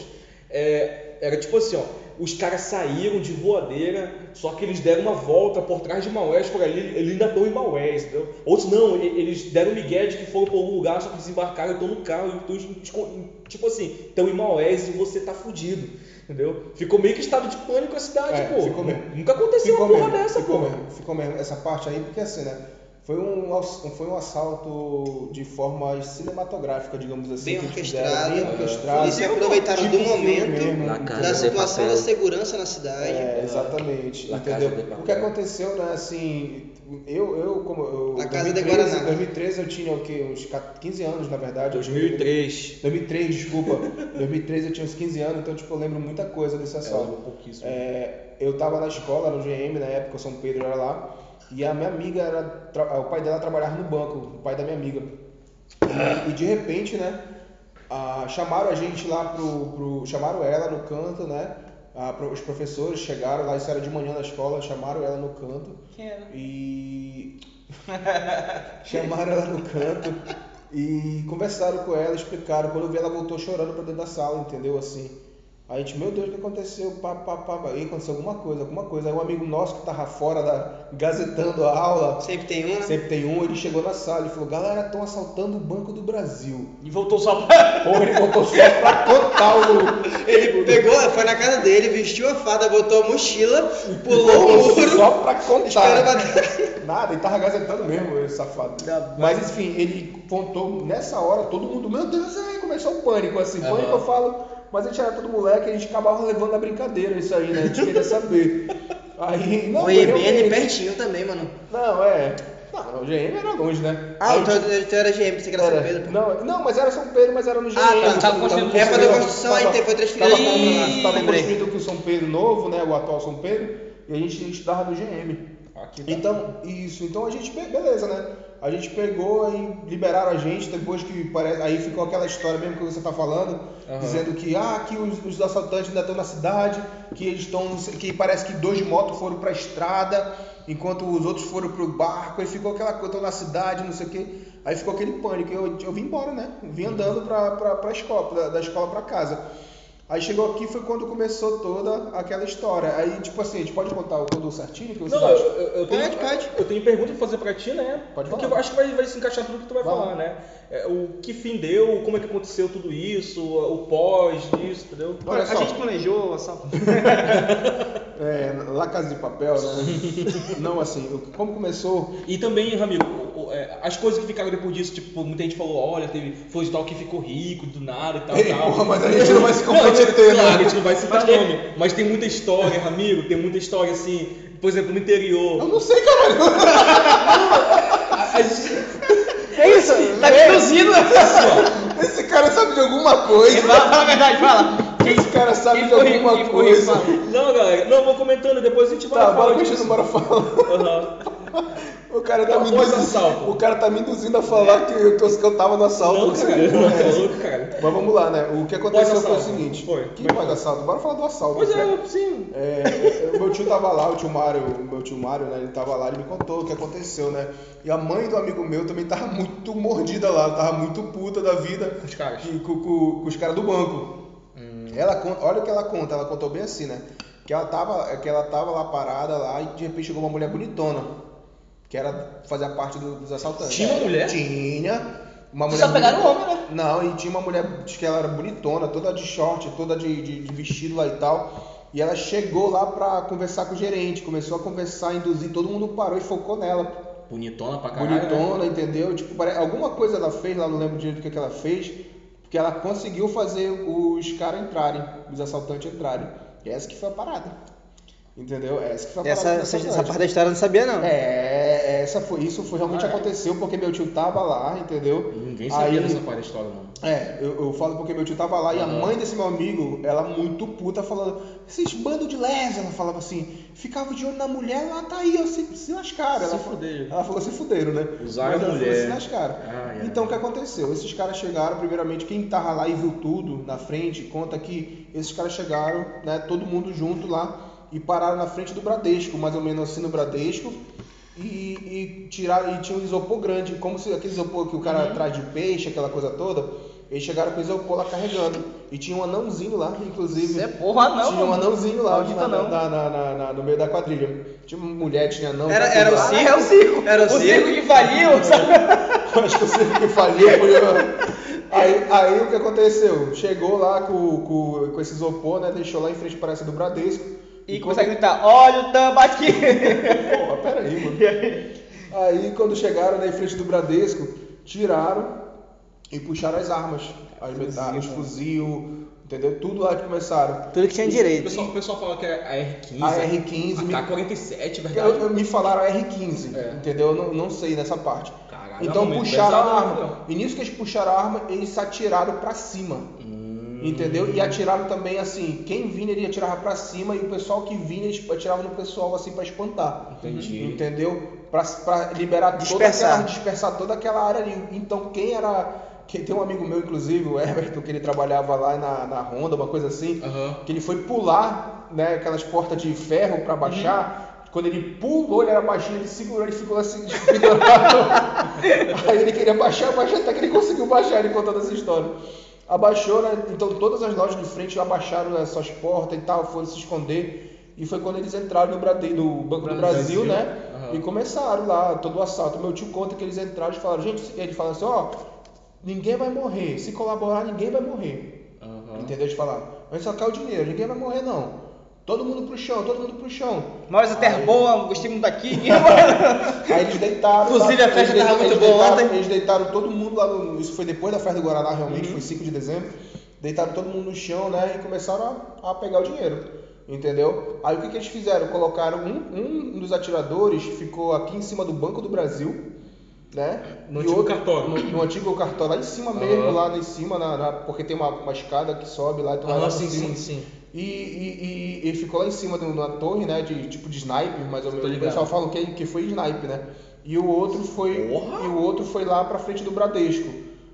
Speaker 3: É, era tipo assim, ó. Os caras saíram de voadeira, só que eles deram uma volta por trás de Maués, por ali, eles ainda estão em Maués, entendeu? Outros não, e- eles deram um migué de que foram para algum lugar, só que desembarcaram, estão no carro, e tão, esco- tipo assim, estão em Maués e você tá fudido, entendeu? Ficou meio que estado de pânico a cidade,
Speaker 2: É,
Speaker 3: pô.
Speaker 2: ficou mesmo.
Speaker 3: Nunca
Speaker 2: é
Speaker 3: aconteceu uma porra dessa,
Speaker 2: ficou
Speaker 3: pô.
Speaker 2: mesmo, ficou mesmo. Essa parte aí, porque assim, né? Foi um, ass- foi um assalto de forma cinematográfica, digamos assim.
Speaker 1: Bem
Speaker 2: que eles
Speaker 1: orquestrado.
Speaker 2: fizeram, Bem orquestrado.
Speaker 1: Eles se aproveitaram
Speaker 2: Tipo
Speaker 1: do
Speaker 2: filme
Speaker 1: momento,
Speaker 2: mesmo,
Speaker 6: Na
Speaker 2: entendeu?
Speaker 6: casa
Speaker 1: da
Speaker 6: de
Speaker 1: situação da
Speaker 6: papel.
Speaker 1: segurança na cidade.
Speaker 2: É, exatamente.
Speaker 6: La Casa
Speaker 2: entendeu?
Speaker 6: de Papel.
Speaker 2: O que aconteceu, né? Assim, eu, eu como. Eu,
Speaker 1: La Casa de
Speaker 2: 2013,
Speaker 1: Guaraná.
Speaker 2: 2013 eu tinha o quê? Uns 15 anos, na verdade.
Speaker 3: 2003.
Speaker 2: 2003, desculpa. <laughs> 2003 eu tinha uns 15 anos, então tipo, eu lembro muita coisa desse assalto.
Speaker 3: um pouquíssimo.
Speaker 2: É, eu tava na escola, no GM, na época, o São Pedro era lá, e a minha amiga era. tra- O pai dela trabalhava no banco, o pai da minha amiga. E, e de repente, né? ah, chamaram a gente lá pro, pro- Chamaram ela no canto, né? ah, pro- os professores chegaram lá, isso era de manhã na escola, chamaram ela no canto
Speaker 4: Quem era?
Speaker 2: e <laughs> chamaram ela no canto e conversaram com ela, explicaram. Quando eu vi, ela voltou chorando pra dentro da sala, entendeu? Assim. Aí a gente, meu Deus, o que aconteceu? Pá, pá, pá, pá. Aí aconteceu alguma coisa, alguma coisa. Aí um amigo nosso que tava fora, da, gazetando a aula,
Speaker 1: Sempre tem um, né?
Speaker 2: É. sempre tem um, ele chegou na sala e falou: Galera, estão assaltando o Banco do Brasil.
Speaker 4: E voltou só pra.
Speaker 2: Ou ele voltou só pra contar o.
Speaker 1: Ele pegou, foi na casa dele, vestiu a fada, botou a mochila, pulou o muro.
Speaker 2: Só tá. pra contar.
Speaker 1: Espera bater.
Speaker 2: Nada, ele tava gazetando mesmo, esse safado.
Speaker 1: Ainda
Speaker 2: Mas enfim, ele contou nessa hora, todo mundo, meu Deus, aí começou o pânico, assim, pânico eu falo, mas a gente era todo moleque, a gente acabava levando a brincadeira isso aí, né? A
Speaker 1: <laughs>
Speaker 2: gente queria saber. Aí, não,
Speaker 1: Foi bem ali
Speaker 2: realmente-
Speaker 1: pertinho também, mano.
Speaker 2: Não, é. Não, o GM era longe, né?
Speaker 1: Ah,
Speaker 2: Aí,
Speaker 1: então tu era GM, você que era São
Speaker 2: era-
Speaker 1: Pedro. pô.
Speaker 2: Não, não, mas era São Pedro, mas era no GM.
Speaker 1: Ah, tá,
Speaker 4: tava construindo-
Speaker 2: construindo-
Speaker 1: é pra ter construção, aí teve- foi transferido.
Speaker 2: Tava,
Speaker 4: Ih,
Speaker 2: tava
Speaker 1: lembrei.
Speaker 2: construído com o São Pedro novo, né? O atual São Pedro, e a gente estudava no GM.
Speaker 3: Aqui tá.
Speaker 2: Então, isso. Então a gente, pe- beleza, né? A gente pegou e liberaram a gente, depois que parece. Aí ficou aquela história mesmo que você tá falando, dizendo que ah, aqui os, os assaltantes ainda estão na cidade, que eles estão. não sei- que parece que dois de moto foram pra estrada, enquanto os outros foram pro barco, aí ficou aquela coisa, estão na cidade, não sei o quê. Aí ficou aquele pânico. Eu, eu vim embora, né?
Speaker 3: Uhum.
Speaker 2: Vim andando pra, pra, pra escola, da, da escola pra casa. Aí chegou aqui foi quando começou toda aquela história. Aí, tipo assim, a gente pode contar o todo certinho que você
Speaker 3: Não, eu, eu- eu tenho,
Speaker 1: Pode, pode.
Speaker 3: eu tenho pergunta pra fazer pra ti, né?
Speaker 2: Pode
Speaker 3: Porque
Speaker 2: falar.
Speaker 3: eu acho que vai, vai se encaixar tudo que tu vai
Speaker 2: Vai lá.
Speaker 3: falar, né? É, o que fim deu, como é que aconteceu tudo isso, o pós disso, entendeu?
Speaker 2: Olha
Speaker 4: a
Speaker 2: só.
Speaker 4: gente planejou o assalto.
Speaker 2: É, La Casa de Papel, né? <laughs> Não, assim, o- como começou.
Speaker 3: E também, Ramiro, o- o- é, as coisas que ficaram depois disso, tipo, muita gente falou, olha, teve foi tal que ficou rico, do nada e tal,
Speaker 2: Ei,
Speaker 3: tal.
Speaker 2: porra, mas a gente não vai se comprometer,
Speaker 3: Não,
Speaker 2: né?
Speaker 3: Claro, a gente não vai citar nome. Mas tem muita história, Ramiro, tem muita história assim, por exemplo, no
Speaker 2: Eu
Speaker 3: interior.
Speaker 2: não tá sei, caralho.
Speaker 3: A- a gente-
Speaker 4: É isso? Tá deduzindo.
Speaker 2: né? Esse cara sabe de alguma coisa.
Speaker 4: Fala a verdade, fala.
Speaker 2: Esse cara sabe
Speaker 4: quem
Speaker 2: de
Speaker 4: foi rico,
Speaker 2: alguma
Speaker 4: quem foi rico,
Speaker 2: coisa.
Speaker 4: fala.
Speaker 3: Não, galera, não, vou comentando, depois a gente vai
Speaker 2: Tá,
Speaker 3: falar
Speaker 2: bora
Speaker 3: disso.
Speaker 2: continuar, bora falar.
Speaker 3: Aham.
Speaker 2: Tá O cara tá me
Speaker 3: Após
Speaker 2: induzindo.
Speaker 3: assalto.
Speaker 2: O cara tá me induzindo a falar que eu, que eu- que eu tava no assalto.
Speaker 3: Não, cara, não, tá louco, cara.
Speaker 2: Mas vamos lá, né? O que aconteceu foi o
Speaker 3: Pós-assalto.
Speaker 2: seguinte.
Speaker 3: Foi.
Speaker 2: Que pós assalto? Bora falar do assalto.
Speaker 3: Pois
Speaker 2: né?
Speaker 3: é, sim.
Speaker 2: É, o meu tio tava lá, o tio Mário, o meu tio Mário, né? Ele tava lá, ele me contou o que aconteceu, né? E a mãe do amigo meu também tava muito mordida lá, tava muito puta da vida
Speaker 3: Os caras.
Speaker 2: que- com, com- com os caras do banco.
Speaker 3: Hum.
Speaker 2: Ela conta, olha o que ela conta, ela contou bem assim, né? Que ela tava, que ela tava lá parada lá e de repente chegou uma mulher bonitona. que era fazia parte do- dos assaltantes.
Speaker 3: Tinha uma mulher?
Speaker 2: Tinha. Uma mulher
Speaker 4: Só pegaram o
Speaker 2: bonita.
Speaker 4: homem, né?
Speaker 2: Não, e tinha uma mulher diz que ela era bonitona, toda de short, toda de, de- de vestido lá e tal. E ela chegou lá pra conversar com o gerente, começou a conversar, induzir, todo mundo parou e focou nela.
Speaker 3: Bonitona pra caralho. né?
Speaker 2: bonitona, entendeu? Tipo, pare- alguma coisa ela fez, lá não lembro direito o que, que ela fez, porque ela conseguiu fazer os caras entrarem, os assaltantes entrarem. E essa que foi a parada. Entendeu? Essa que foi a
Speaker 1: Essa, essa,
Speaker 2: parada. dos
Speaker 1: essa
Speaker 2: assaltantes.
Speaker 1: parte da história eu não sabia, não.
Speaker 2: É, essa foi, isso foi, realmente
Speaker 3: Ah, é?
Speaker 2: aconteceu porque meu tio tava lá, entendeu?
Speaker 3: Ninguém
Speaker 2: Aí-
Speaker 3: sabia dessa parte da história, mano.
Speaker 2: é, eu, eu falo porque meu tio tava lá e a mãe desse meu amigo, ela muito puta, falando, esses bando de lesa, ela falava assim, ficava de olho na mulher, ela tá aí, ó, se, se lascaram.
Speaker 3: Se
Speaker 2: ela, fa-
Speaker 3: fuderam.
Speaker 2: Ela falou, se fuderam, né?
Speaker 3: Usaram
Speaker 2: Mas
Speaker 3: a
Speaker 2: ela falou,
Speaker 3: mulher.
Speaker 2: se lascaram.
Speaker 3: Ah, é.
Speaker 2: Então o que aconteceu? Esses caras chegaram, primeiramente, quem tava lá e viu tudo na frente, conta que esses caras chegaram, né, todo mundo junto lá, e pararam na frente do Bradesco, mais ou menos assim no Bradesco. E, e tiraram, e tinha um isopor grande, como se aquele isopor que o cara
Speaker 4: Uhum.
Speaker 2: traz de peixe, aquela coisa toda. Eles chegaram com o isopor lá carregando. E tinha um anãozinho lá, inclusive.
Speaker 4: Isso é porra, não.
Speaker 2: tinha um
Speaker 4: mano.
Speaker 2: anãozinho lá
Speaker 4: Maldito
Speaker 2: na-
Speaker 4: anão.
Speaker 2: na- na- na- na- no meio da quadrilha. Tinha uma mulher, tinha anão.
Speaker 1: Era-
Speaker 2: tinha
Speaker 1: era o
Speaker 2: tudo lá.
Speaker 4: Ah, é o circo.
Speaker 1: Era o
Speaker 4: o
Speaker 1: circo.
Speaker 4: circo que faliu, sabe?
Speaker 2: Acho que eu sei o que falhou foi eu. Aí, aí o que aconteceu? Chegou lá com, com, com esse isopor, né? Deixou lá em frente, parece do Bradesco.
Speaker 4: E começa a gritar, olha o tamba aqui. <laughs>
Speaker 2: Porra, peraí, mano. Aí quando chegaram na frente do Bradesco, tiraram e puxaram as armas. As metais, os fuzil, entendeu? Tudo lá que começaram.
Speaker 1: Tudo que tinha
Speaker 3: O
Speaker 1: direito.
Speaker 3: pessoal, o pessoal fala que é a R15.
Speaker 2: A R15, me-
Speaker 3: AK-47,
Speaker 2: Eu-
Speaker 3: verdade.
Speaker 2: eu- me falaram R15,
Speaker 3: né? É.
Speaker 2: entendeu? Eu não, não sei nessa parte.
Speaker 3: Caralho,
Speaker 2: então
Speaker 3: armamento
Speaker 2: puxaram
Speaker 3: pesado,
Speaker 2: a arma.
Speaker 3: então.
Speaker 2: E nisso que eles puxaram a arma, eles se atiraram pra cima.
Speaker 3: Hum.
Speaker 2: Entendeu? E atiraram também assim. Quem vinha, ele atirava pra cima. E o pessoal que vinha, eles atiravam no pessoal assim pra espantar.
Speaker 3: Entendi.
Speaker 2: Entendeu? Pra, pra liberar
Speaker 1: Dispersar.
Speaker 2: toda aquela, dispersar toda aquela área ali. Então quem era. Que, tem um amigo meu, inclusive, o Everton, que ele trabalhava lá na, na Honda, uma coisa assim
Speaker 3: Aham.
Speaker 2: que ele foi pular, né, aquelas portas de ferro pra
Speaker 3: Uhum.
Speaker 2: baixar. Quando ele pulou, ele era baixinho, ele segurou, ele ficou <laughs> assim, pendurado. <laughs> Aí ele queria baixar, baixar, até que ele conseguiu baixar, ele contando essa história. Abaixou, né, então todas as lojas de frente abaixaram né, suas portas e tal, foram se esconder. E foi quando eles entraram no, Brade... no Banco do Brasil,
Speaker 3: Brasil,
Speaker 2: né,
Speaker 3: aham.
Speaker 2: e começaram lá todo o assalto. Meu tio conta que eles entraram e falaram, gente, ele fala assim, ó, ninguém vai morrer, se colaborar ninguém vai morrer.
Speaker 3: Aham.
Speaker 2: Entendeu? De falar, a gente só quer o dinheiro, ninguém vai morrer não. Todo mundo pro chão, todo mundo pro chão.
Speaker 4: Mas a terra
Speaker 2: Aí-
Speaker 4: é boa, gostei muito daqui.
Speaker 2: <laughs>
Speaker 4: Mano.
Speaker 2: Aí eles deitaram.
Speaker 1: Inclusive,
Speaker 2: tá?
Speaker 1: a festa
Speaker 2: Eles
Speaker 1: tava
Speaker 2: deita-
Speaker 1: muito
Speaker 2: eles
Speaker 1: boa
Speaker 2: deitaram-
Speaker 1: ontem. Uhum.
Speaker 2: Eles deitaram todo mundo lá no. Isso foi depois da festa do Guaraná, realmente, foi 5 de dezembro. Deitaram todo mundo no chão, né? E começaram a, a pegar o dinheiro. Entendeu? Aí o que, que eles fizeram? Colocaram um, um dos atiradores, ficou aqui em cima do Banco do Brasil, né?
Speaker 3: No
Speaker 2: E
Speaker 3: antigo cartório.
Speaker 2: No, no antigo cartório, lá em cima mesmo, lá em cima, na, na- porque tem uma, uma escada que sobe lá, então lá
Speaker 3: Aham,
Speaker 2: pra
Speaker 3: sim,
Speaker 2: cima.
Speaker 3: sim, sim.
Speaker 2: E, e- e ele ficou lá em cima de uma torre, né? De tipo de snipe, mais ou menos. O
Speaker 3: ligado.
Speaker 2: pessoal fala que, que foi snipe, né? E o outro foi.
Speaker 3: Porra!
Speaker 2: E o outro foi lá pra frente do Bradesco.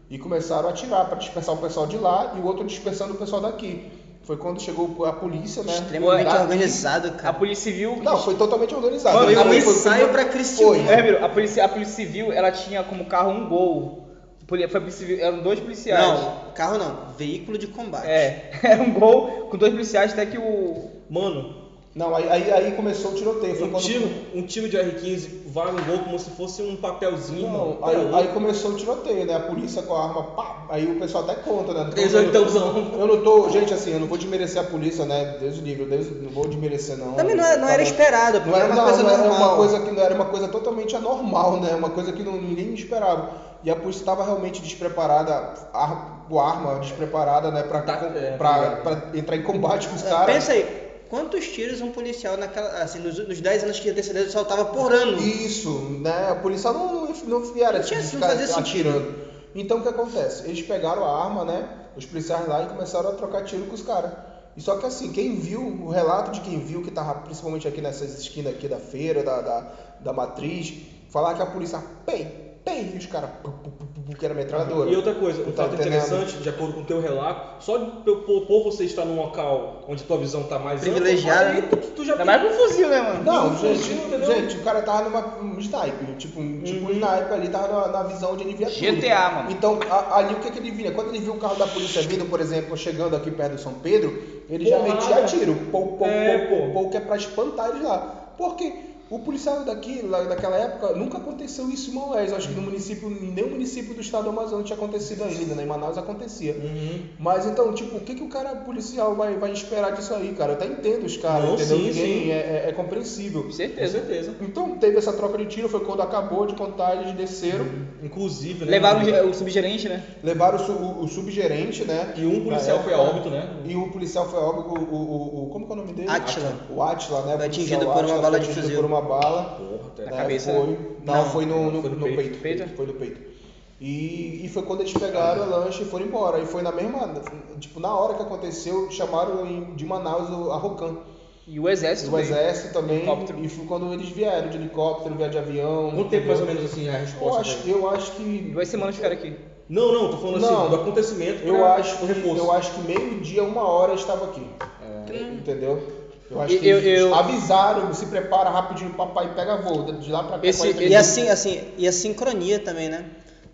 Speaker 2: E começaram a atirar pra dispersar o pessoal de lá e o outro dispersando o pessoal daqui. Foi quando chegou a polícia, né?
Speaker 1: Extremamente
Speaker 2: daqui.
Speaker 1: organizado,
Speaker 4: A
Speaker 1: cara.
Speaker 4: polícia civil.
Speaker 2: Não, foi totalmente organizado.
Speaker 4: Mano,
Speaker 1: Foi um
Speaker 2: Aí
Speaker 1: ensaio pra Cristiano.
Speaker 2: Foi.
Speaker 4: Lembra, a polícia, a polícia civil, ela tinha como carro um gol. Poli- Foi a polícia civil, eram dois policiais.
Speaker 1: Não, carro não. Veículo de combate.
Speaker 4: É, <laughs> era um gol com dois policiais até que o.
Speaker 3: Mano,
Speaker 2: Não, aí, aí, aí começou o tiroteio. Foi
Speaker 3: um
Speaker 2: quando.
Speaker 3: tiro, um tiro de R15 vale um gol como se fosse um papelzinho,
Speaker 2: Não,
Speaker 3: mano.
Speaker 2: aí,
Speaker 3: Tá louco.
Speaker 2: aí começou o tiroteio, né? A polícia com a arma, pá, aí o pessoal até conta, né?
Speaker 3: Três
Speaker 1: então-
Speaker 3: oitãozão.
Speaker 2: Eu não tô, gente, assim, eu não vou desmerecer a polícia, né? Deus o livre, Deus, não vou desmerecer, não. Tá
Speaker 1: Também não, é- não era esperado, porque
Speaker 2: Não era,
Speaker 1: uma
Speaker 2: não,
Speaker 1: coisa
Speaker 2: não era
Speaker 1: normal.
Speaker 2: uma coisa que não era uma coisa totalmente anormal, né? Uma coisa que não- ninguém esperava. E a polícia estava realmente despreparada, ar, com a arma despreparada, né? Pra,
Speaker 3: Tá, é,
Speaker 2: pra-
Speaker 3: é.
Speaker 2: pra entrar em combate com os
Speaker 1: Ah,
Speaker 2: caras.
Speaker 1: Pensa aí, quantos tiros um policial naquela, assim, nos, nos 10 anos que antecedeu soltava por ano?
Speaker 2: Isso, né? A polícia não, não, não fiara
Speaker 1: Não tinha-
Speaker 2: de
Speaker 1: não
Speaker 2: ficar
Speaker 1: fazia sentido.
Speaker 2: atirando. Então o que acontece? Eles pegaram a arma, né? Os policiais lá e começaram a trocar tiro com os caras. E só que assim, quem viu, o relato de quem viu, que tava principalmente aqui nessas esquinas aqui da feira, da, da, da matriz, falar que a polícia pei, pei, e os caras, pu, pu, pu, pu, pu, que era metralhadora.
Speaker 3: E outra coisa,
Speaker 2: Tu
Speaker 3: um
Speaker 2: tá
Speaker 3: fato
Speaker 2: entendendo?
Speaker 3: interessante, de acordo com o teu relato, só de- por, por- por você estar num local onde tua visão tá mais ampla,
Speaker 1: Privilegiada.
Speaker 3: aí tu, tu já
Speaker 4: Ainda mais com fuzil, né, mano?
Speaker 2: Não,
Speaker 3: Não, Uhum.
Speaker 2: gente,
Speaker 3: fugiu, entendeu?
Speaker 2: gente, o cara tava numa um sniper, tipo, um, tipo um sniper ali, tava na, na visão de ele via tudo.
Speaker 4: GTA, mano.
Speaker 2: Então, a- ali o que, que ele vinha? Quando ele viu o carro da polícia vindo, por exemplo, chegando aqui perto do São Pedro, ele já
Speaker 3: Porrada.
Speaker 2: metia tiro. Pou, pou,
Speaker 3: É,
Speaker 2: pou, pou,
Speaker 3: pô.
Speaker 2: pou, que é pra espantar eles lá. Por quê? O policial daqui, lá daquela época, nunca aconteceu isso em Maués. Acho que
Speaker 3: Uhum.
Speaker 2: no município, em nenhum município do estado do Amazonas tinha acontecido ainda, né? Em Manaus acontecia. Mas então, tipo, o que, que o cara policial vai, vai esperar disso aí, cara? Eu até entendo os caras,
Speaker 3: Não,
Speaker 2: entendeu?
Speaker 3: sim,
Speaker 2: Ninguém
Speaker 3: sim.
Speaker 2: É, é- é compreensível.
Speaker 4: Com
Speaker 3: Com
Speaker 4: certeza.
Speaker 3: certeza.
Speaker 2: Então teve essa troca de tiro, foi quando acabou de contar, eles desceram,
Speaker 3: Inclusive, né?
Speaker 2: um
Speaker 4: Levaram o ge- o subgerente, né?
Speaker 2: levaram o, su- o- o subgerente, né?
Speaker 3: E um policial
Speaker 2: Na
Speaker 3: foi a
Speaker 2: época-
Speaker 3: óbito, né?
Speaker 2: E o policial foi óbito, o, o, o- o- como que é o nome dele?
Speaker 1: Átila.
Speaker 2: O Atila, né? O
Speaker 1: Foi atingido
Speaker 2: policial
Speaker 1: por uma
Speaker 2: Átila
Speaker 1: bala
Speaker 2: foi
Speaker 1: de
Speaker 2: atingido
Speaker 1: fuzil.
Speaker 2: por uma bala. Né?
Speaker 3: Porra, tá-
Speaker 4: Na cabeça,
Speaker 2: Foi, não,
Speaker 4: Não,
Speaker 2: foi no, no,
Speaker 3: foi no
Speaker 2: no
Speaker 3: peito.
Speaker 2: peito,
Speaker 4: Peito?
Speaker 2: Foi no peito. E, e foi quando eles pegaram a lancha e foram embora. E foi na mesma. Tipo, na hora que aconteceu, chamaram em- de Manaus o- a Rocan.
Speaker 4: E o exército.
Speaker 2: O
Speaker 4: veio.
Speaker 2: exército também.
Speaker 4: Helicóptero.
Speaker 2: E foi quando eles vieram de helicóptero, vieram de avião.
Speaker 3: Quanto tempo mais ou menos assim a
Speaker 2: Eu
Speaker 3: resposta?
Speaker 2: acho,
Speaker 3: velho?
Speaker 2: eu acho que.
Speaker 4: Duas semanas ficaram aqui.
Speaker 3: Não, não, tô falando
Speaker 2: Não.
Speaker 3: assim, do acontecimento.
Speaker 2: Eu
Speaker 3: pra-
Speaker 2: acho
Speaker 3: pro
Speaker 2: que,
Speaker 3: reforço.
Speaker 2: eu acho que meio-dia, uma hora eu estava aqui. É, Entendeu? Eu acho
Speaker 4: Hum. E-
Speaker 2: que
Speaker 4: eu-
Speaker 2: eles
Speaker 4: eu-
Speaker 2: avisaram, se prepara rapidinho, papai pega voo. De lá pra cá,
Speaker 4: Esse-
Speaker 2: 40
Speaker 1: E
Speaker 4: esse-
Speaker 2: minutos
Speaker 1: assim, assim, e a sincronia também, né?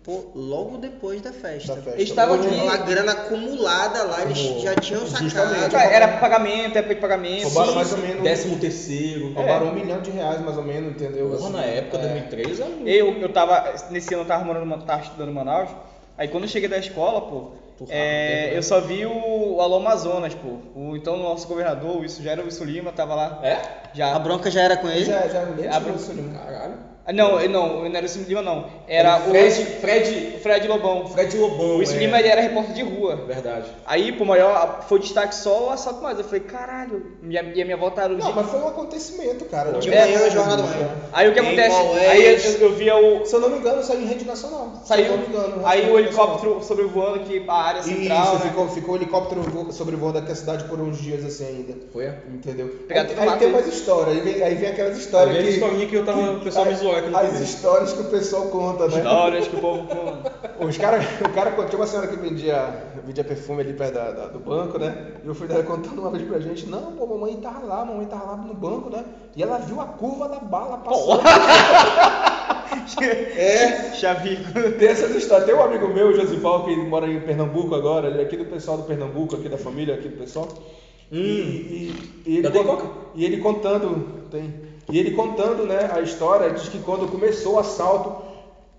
Speaker 1: Pô, logo depois da festa.
Speaker 2: da festa.
Speaker 4: estava
Speaker 2: Hoje-
Speaker 4: aqui. Ah,
Speaker 1: A grana acumulada lá, eles
Speaker 2: Boa.
Speaker 1: já tinham
Speaker 2: Justamente.
Speaker 1: sacado.
Speaker 4: Cara, Era pagamento, época de pagamento.
Speaker 2: Roubaram
Speaker 4: Sim,
Speaker 2: mais ou
Speaker 4: sim.
Speaker 2: menos.
Speaker 3: Décimo terceiro.
Speaker 4: é.
Speaker 2: Roubaram um milhão de reais, mais ou menos, entendeu?
Speaker 3: Porra,
Speaker 2: Assim,
Speaker 3: na época,
Speaker 2: é.
Speaker 3: 2003, era muito.
Speaker 4: Eu, eu tava. Nesse ano eu tava morando, em Ma- tava estudando em Manaus. Aí quando eu cheguei da escola, pô,
Speaker 3: Porra,
Speaker 4: é,
Speaker 3: tempo, né?
Speaker 4: eu só vi o, o Alô Amazonas, pô. O, então o nosso governador, isso já era o Wilson Lima, tava lá.
Speaker 3: É?
Speaker 4: Já.
Speaker 1: A bronca já era com ele.
Speaker 2: Já, já, nem
Speaker 4: Abre-
Speaker 2: tirou
Speaker 4: um
Speaker 2: isso né? ali.
Speaker 3: Caralho.
Speaker 4: Ah, Não, ele não, ele não era o Wilson Lima, não. Era o
Speaker 3: Fred,
Speaker 4: o
Speaker 3: Fred,
Speaker 4: Fred Lobão.
Speaker 3: Fred Lobão.
Speaker 4: o Wilson
Speaker 3: é.
Speaker 4: Lima ele era repórter de rua.
Speaker 3: Verdade.
Speaker 4: Aí, pô, maior, foi destaque só o assalto mais. Eu falei, caralho. E a e a minha tá volta era o
Speaker 2: Não,
Speaker 4: dia-
Speaker 2: mas foi um acontecimento, cara.
Speaker 1: De
Speaker 4: É,
Speaker 2: Tipo,
Speaker 1: manhã, jornada da manhã.
Speaker 4: Aí o que
Speaker 1: Em
Speaker 4: acontece?
Speaker 1: Maués.
Speaker 4: Aí eu, eu via o.
Speaker 2: Se eu não me engano, saiu em rede nacional. Se eu
Speaker 4: Saiu.
Speaker 2: não me engano,
Speaker 4: Aí
Speaker 2: saiu
Speaker 4: o
Speaker 2: em rede
Speaker 4: helicóptero sobrevoando aqui a área
Speaker 2: nacional.
Speaker 4: central.
Speaker 2: Isso,
Speaker 4: né?
Speaker 2: ficou, ficou o helicóptero vo- sobrevoando aqui a cidade por uns dias assim ainda.
Speaker 3: Foi a.
Speaker 2: Entendeu?
Speaker 4: Pegado
Speaker 2: aí
Speaker 4: no
Speaker 2: aí
Speaker 4: mato,
Speaker 2: tem
Speaker 4: né?
Speaker 2: umas histórias, aí vem, aí vem aquelas histórias
Speaker 3: Aí vem a
Speaker 2: que.
Speaker 3: historinha é que eu tava- o
Speaker 2: <laughs>
Speaker 3: pessoal me zoar aqui no
Speaker 2: As
Speaker 3: começo.
Speaker 2: histórias que o pessoal conta, né?
Speaker 4: Histórias que o povo conta.
Speaker 2: Os cara, o cara contou tinha uma senhora que vendia, vendia perfume ali perto da- da- do banco, né? E o filho dela contando uma vez pra gente, não, pô, mamãe tava lá, mamãe tava lá no banco, né? E ela viu a curva da bala passando.
Speaker 4: É. Chavico.
Speaker 2: <laughs> Tem essas histórias. Tem um amigo meu, Josival, que mora em Pernambuco agora, ele é aqui do pessoal do Pernambuco, aqui da família, aqui do pessoal. E, e- e ele
Speaker 3: Hum. Ainda tem
Speaker 2: con-
Speaker 3: coca?
Speaker 2: e ele contando, tem. E ele contando, né, a história, diz que quando começou o assalto,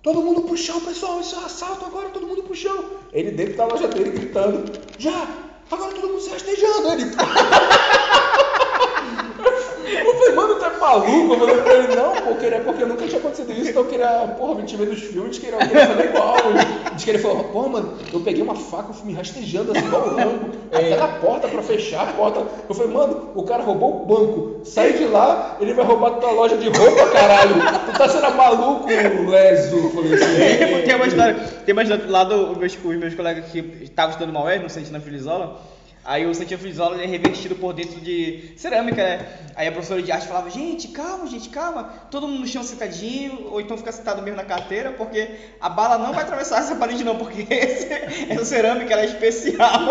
Speaker 2: todo mundo pro chão, pessoal, isso é um assalto agora, todo mundo pro chão. Ele dentro da loja dele gritando, já, agora todo mundo se rastejando. Ele... Eu falei, mano, tu é maluco? Eu falei pra ele, não, pô, queria, porque nunca tinha acontecido isso, então eu queria, porra, me tive dos filmes, queria, queria fazer igual. Diz que ele falou, porra, mano, eu peguei uma faca, eu fui me rastejando assim, igual louco,
Speaker 4: É.
Speaker 2: até na porta pra fechar a porta. Eu falei, mano, o cara roubou o banco, sai de lá, ele vai roubar tua loja de roupa, caralho. Tu tá sendo maluco, leso. Eu falei assim,
Speaker 4: <laughs> tem uma história, tem uma história lá do os meus, os meus colegas que estavam estudando mal é, no Santina Filizola. Aí o Santina Filizola ele é revestido por dentro de cerâmica, né? Aí a professora de arte falava: gente, calma, gente, calma. Todo mundo no chão sentadinho, ou então fica sentado mesmo na carteira, porque a bala não vai atravessar essa parede, não, porque <laughs> esse- essa cerâmica ela é especial.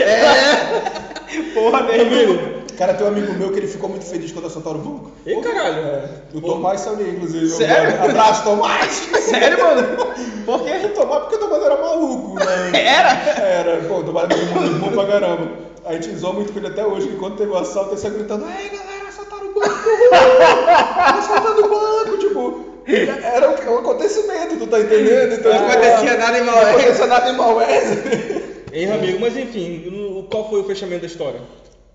Speaker 4: É! Porra, meu amigo.
Speaker 2: cara, tem um amigo meu que ele ficou muito feliz quando assaltaram o banco.
Speaker 3: Ih, caralho.
Speaker 2: O Tomás saiu inclusive.
Speaker 4: Sério?
Speaker 2: Abraço, Tomás!
Speaker 4: Sério, mano? Por quê?
Speaker 2: Eu tomava porque o Tomás era maluco,
Speaker 1: <laughs>
Speaker 2: né?
Speaker 4: Era?
Speaker 2: Era, pô, o Tomás era muito bom pra caramba. A gente zoou muito com ele até hoje, que quando teve o assalto, ele saiu gritando, ei galera, assaltaram o
Speaker 1: <laughs>
Speaker 2: banco! assaltaram o banco, tipo. Era um, um acontecimento, tu tá entendendo? Então,
Speaker 1: Não
Speaker 2: tipo,
Speaker 1: acontecia nada em
Speaker 2: Não
Speaker 1: Maués.
Speaker 2: acontecia nada em Maués.
Speaker 3: Hein, Ramiro, mas enfim, no- qual foi o fechamento da história?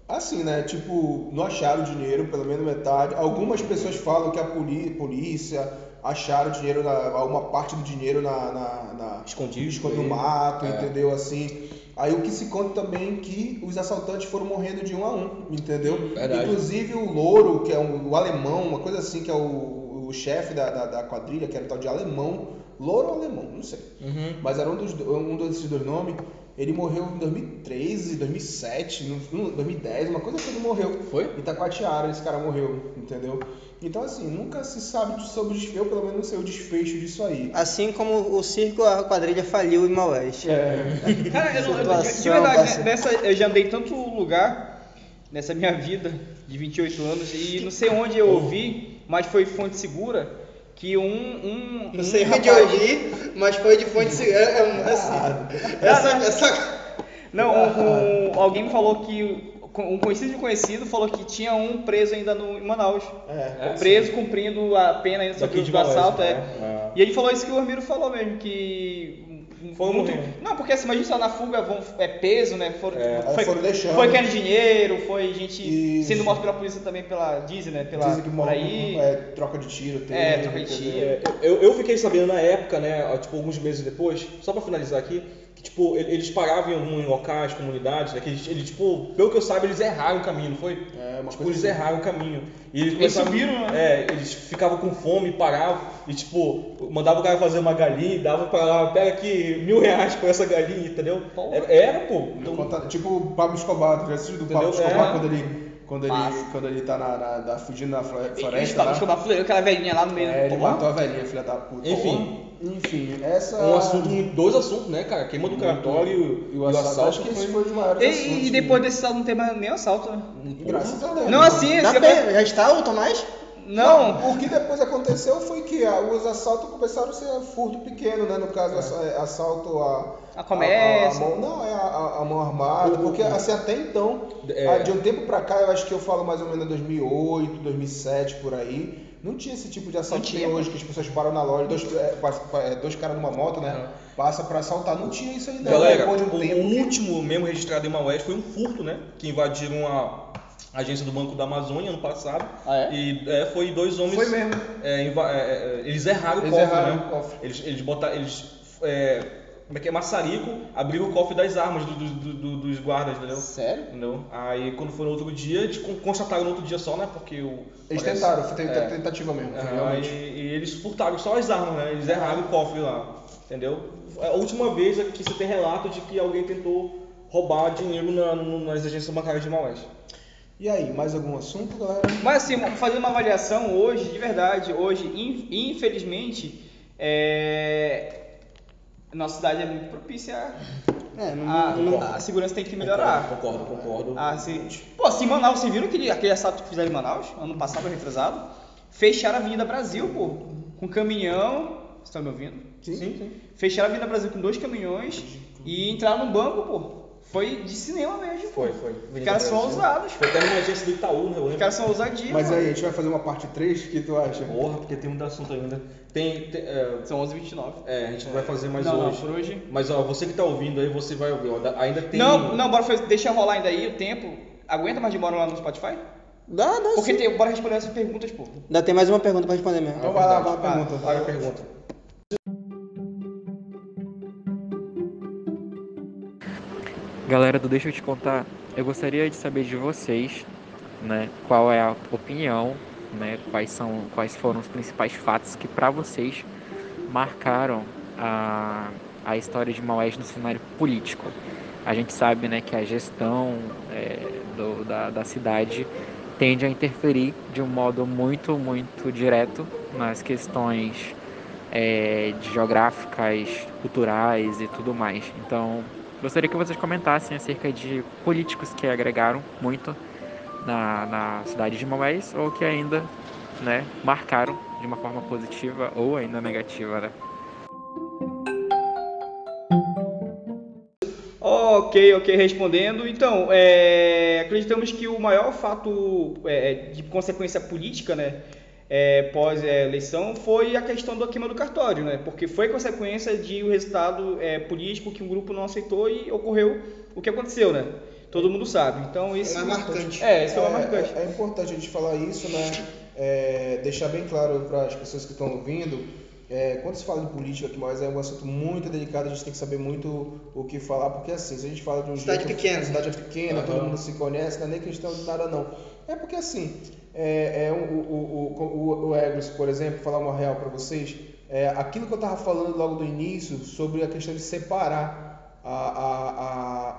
Speaker 2: Assim, né? Tipo, não acharam dinheiro, pelo menos metade. Algumas pessoas falam que a poli- polícia acharam dinheiro, na, alguma parte do dinheiro na, na, na
Speaker 3: Escondido, né? É.
Speaker 2: escondido no
Speaker 3: aí.
Speaker 2: mato, entendeu? Assim. Aí o que se conta também é que os assaltantes foram morrendo de um a um, entendeu?
Speaker 3: Verdade.
Speaker 2: Inclusive o Louro, que é um, o alemão, uma coisa assim, que é o, o chefe da, da, da quadrilha, que era o tal de alemão. Louro ou alemão, não sei.
Speaker 3: Uhum.
Speaker 2: Mas era um, dos, do- um desses dois nomes. Ele morreu em 2013, 2007, no- no- 2010, uma coisa que ele morreu.
Speaker 3: Foi?
Speaker 2: Itacoatiara, esse cara morreu, entendeu? Então, assim, nunca se sabe sobre o desfecho, eu, pelo menos não sei o desfecho disso aí.
Speaker 1: Assim como o circo, a quadrilha faliu em Maués.
Speaker 2: É,
Speaker 4: Cara, eu, não- eu, de- de
Speaker 1: Situação,
Speaker 4: verdade, né,
Speaker 1: parceiro.
Speaker 4: nessa, eu já andei tanto lugar nessa minha <laughs> vida de 28 anos e não sei onde eu ouvi, mas foi fonte segura, que um... um
Speaker 1: Não
Speaker 4: um
Speaker 1: sei de
Speaker 4: rapaz-
Speaker 1: onde ir, mas foi de fonte segura. É,
Speaker 4: Ah,
Speaker 1: é um- assim. Essa, essa...
Speaker 4: Não, um- um- alguém me falou que um conhecido de um conhecido falou que tinha um preso ainda no, em Manaus.
Speaker 2: É.
Speaker 3: É,
Speaker 4: preso cumprindo a pena ainda sobre
Speaker 3: Daqui
Speaker 4: o
Speaker 3: de
Speaker 4: do
Speaker 3: Manaus,
Speaker 4: assalto. É.
Speaker 3: né?
Speaker 4: E ele falou isso que o Armiro falou mesmo, que.
Speaker 3: Foram
Speaker 4: muito...
Speaker 3: morrendo.
Speaker 4: Não, porque assim, imagina só na fuga vão, é peso, né? Foram,
Speaker 3: É.
Speaker 2: Aí
Speaker 4: foi,
Speaker 2: foram deixando.
Speaker 4: foi querendo dinheiro, foi gente
Speaker 2: Isso.
Speaker 4: sendo morta pela polícia também pela Disney, né? Pela,
Speaker 2: Dizem que
Speaker 4: por
Speaker 2: morre
Speaker 4: aí.
Speaker 2: é, troca de tiro, tem.
Speaker 4: É, troca de
Speaker 2: entendeu?
Speaker 4: tiro.
Speaker 3: É, eu, eu fiquei sabendo na época, né, tipo, alguns meses depois, só pra finalizar aqui, que, tipo, ele- eles paravam em alguns locais, comunidades, né, que eles, eles, tipo, pelo que eu saiba, eles erraram o caminho, não foi?
Speaker 2: É, uma
Speaker 3: tipo,
Speaker 2: coisa
Speaker 3: eles
Speaker 2: assim.
Speaker 3: erraram o caminho. E eles,
Speaker 4: Eles
Speaker 3: começavam-
Speaker 4: subiram,
Speaker 3: É, eles ficavam com fome, paravam, e, tipo, mandavam o cara fazer uma galinha e davam pra lá, pega aqui mil reais por essa galinha, entendeu?
Speaker 4: Porra.
Speaker 3: É- Era, pô.
Speaker 2: Então,
Speaker 3: Então,
Speaker 2: conta- tipo o Pablo Escobar, já assistiu do Pablo
Speaker 3: Entendeu?
Speaker 2: Escobar
Speaker 3: É.
Speaker 2: quando ele. Quando
Speaker 4: Massa.
Speaker 2: ele, quando ele tá na, na- da- fugindo da flore-
Speaker 4: Eles
Speaker 2: floresta.
Speaker 4: falam,
Speaker 2: lá.
Speaker 4: desculpa, fudeu aquela velhinha lá no meio.
Speaker 2: É, ele
Speaker 4: Porra.
Speaker 2: matou a velhinha, filha da puta.
Speaker 3: Enfim.
Speaker 2: Enfim, essa.
Speaker 3: um assunto, dois assuntos, né, cara? Queima do cartório e,
Speaker 2: E o assalto, acho que esse foi um dos maiores
Speaker 4: E,
Speaker 2: assuntos.
Speaker 4: e depois desse salto não tem mais nem assalto, né?
Speaker 2: que- Graças a Deus.
Speaker 4: Não assim,
Speaker 1: Dá
Speaker 4: assim,
Speaker 1: pé, já está o Tomás?
Speaker 4: Não,
Speaker 2: O que depois aconteceu foi que ah, os assaltos começaram a ser furto pequeno, né? No caso, assa- assalto a.
Speaker 4: A comércio.
Speaker 2: a- a mão- não, é a, a- a mão armada.
Speaker 3: O-
Speaker 2: Porque assim, até então,
Speaker 3: É.
Speaker 2: ah, de um tempo pra cá, eu acho que eu falo mais ou menos 2008, 2007 por aí. Não tinha esse tipo de assalto
Speaker 4: Não
Speaker 2: que tem
Speaker 4: tinha.
Speaker 2: hoje, que as pessoas param na loja, dois, é, pa- pa- é, dois caras numa moto, né? Passa pra assaltar. Não tinha isso ainda.
Speaker 3: Galera,
Speaker 2: depois de
Speaker 3: o,
Speaker 2: um
Speaker 3: o
Speaker 2: tempo. que-
Speaker 3: último mesmo registrado em Maués foi um furto, né? Que invadiram a agência do Banco da Amazônia ano passado.
Speaker 4: Ah, é?
Speaker 3: E é, foi dois homens.
Speaker 2: Foi mesmo.
Speaker 3: é, inva- é, é, eles erraram
Speaker 2: Eles
Speaker 3: o cofre,
Speaker 2: erraram
Speaker 3: né?
Speaker 2: o cofre.
Speaker 3: Eles, eles botaram. Eles, é, como é que é? Maçarico abriram o cofre das armas do- do- do- dos guardas, entendeu?
Speaker 4: Sério?
Speaker 3: Entendeu? Aí quando foi no outro dia, eles con- constataram no outro dia só, né? Porque o.
Speaker 2: Eles
Speaker 3: parece-
Speaker 2: tentaram, foi tenta-
Speaker 3: É.
Speaker 2: tentativa mesmo. foi
Speaker 3: Aham,
Speaker 2: realmente.
Speaker 3: e, e eles furtaram só as armas, né? Eles erraram o cofre lá, entendeu? É a última vez que você tem relato de que alguém tentou roubar dinheiro na- no- nas agências bancárias de Maués.
Speaker 2: E aí, mais algum assunto, galera?
Speaker 4: Mas assim, fazendo uma avaliação hoje, de verdade, hoje, in- infelizmente, é... nossa cidade é muito propícia
Speaker 1: É, não,
Speaker 4: a,
Speaker 1: não
Speaker 4: Ah, a, a segurança tem que melhorar.
Speaker 3: Concordo, concordo.
Speaker 4: Ah, sim. Pô, se em Manaus, vocês viram aquele, aquele assalto que fizeram em Manaus, ano passado, retrasado? Fecharam a Avenida Brasil, pô, com caminhão. Vocês estão me ouvindo?
Speaker 3: Sim, sim. sim.
Speaker 4: Fecharam a Avenida Brasil com dois caminhões e entraram no banco, pô. Foi de cinema mesmo, pô.
Speaker 3: Foi, foi.
Speaker 4: Os caras são ousados, pô.
Speaker 3: Foi até numa agência do Itaú, né? Eu
Speaker 4: Os
Speaker 3: lembro.
Speaker 4: caras são ousadios,
Speaker 2: Mas
Speaker 4: mano.
Speaker 2: aí, a gente vai fazer uma parte 3, o que tu acha?
Speaker 3: Porra, porque tem muito assunto ainda. Tem. tem, é,
Speaker 4: São 11h29.
Speaker 3: é, a gente não vai fazer mais
Speaker 4: não,
Speaker 3: hoje.
Speaker 4: não, por hoje.
Speaker 3: Mas ó, você que tá ouvindo aí, você vai ouvir. ó, da- ainda tem.
Speaker 4: Não, não, bora fazer, deixa rolar ainda aí o tempo. Aguenta mais de bora lá no Spotify?
Speaker 1: Dá, dá
Speaker 4: Porque
Speaker 1: sim.
Speaker 4: tem, bora responder essas perguntas, pô.
Speaker 1: Ainda tem mais uma pergunta pra responder mesmo.
Speaker 2: Então vai lá, vai lá,
Speaker 4: verdade.
Speaker 2: pergunta.
Speaker 3: Olha a pergunta.
Speaker 6: Galera do Deixa Eu Te Contar, eu gostaria de saber de vocês, né, qual é a opinião, né, quais são, quais foram os principais fatos que para vocês marcaram a, a história de Maués no cenário político. A gente sabe, né, que a gestão é, do- da, da cidade tende a interferir de um modo muito, muito direto nas questões é, de geográficas, culturais e tudo mais. Então, Gostaria que vocês comentassem acerca de políticos que agregaram muito na, na cidade de Maués ou que ainda né, marcaram de uma forma positiva ou ainda negativa. Né?
Speaker 4: Ok, ok, respondendo. Então, é, acreditamos que o maior fato é, de consequência política, né, é, pós é, eleição, foi a questão da queima do cartório, né, porque foi consequência de o resultado é, político que um grupo não aceitou e ocorreu o que aconteceu, né. Todo mundo sabe. Então isso
Speaker 1: mais marcante.
Speaker 4: É, isso é, mais
Speaker 2: é,
Speaker 4: marcante.
Speaker 2: é importante a gente falar isso, né? É, deixar bem claro para as pessoas que estão ouvindo. é, quando se fala de política aqui, mas é um assunto muito delicado, a gente tem que saber muito o que falar, porque assim, se a gente fala de um
Speaker 1: Cidade
Speaker 2: jeito-
Speaker 1: pequena.
Speaker 2: cidade é pequena, todo
Speaker 3: Aham.
Speaker 2: mundo se conhece, não é nem questão de nada não. É porque assim, é, é o, o, o, o, o Egros, por exemplo, falar uma real para vocês, é, aquilo que eu tava falando logo do início sobre a questão de separar a, a, a,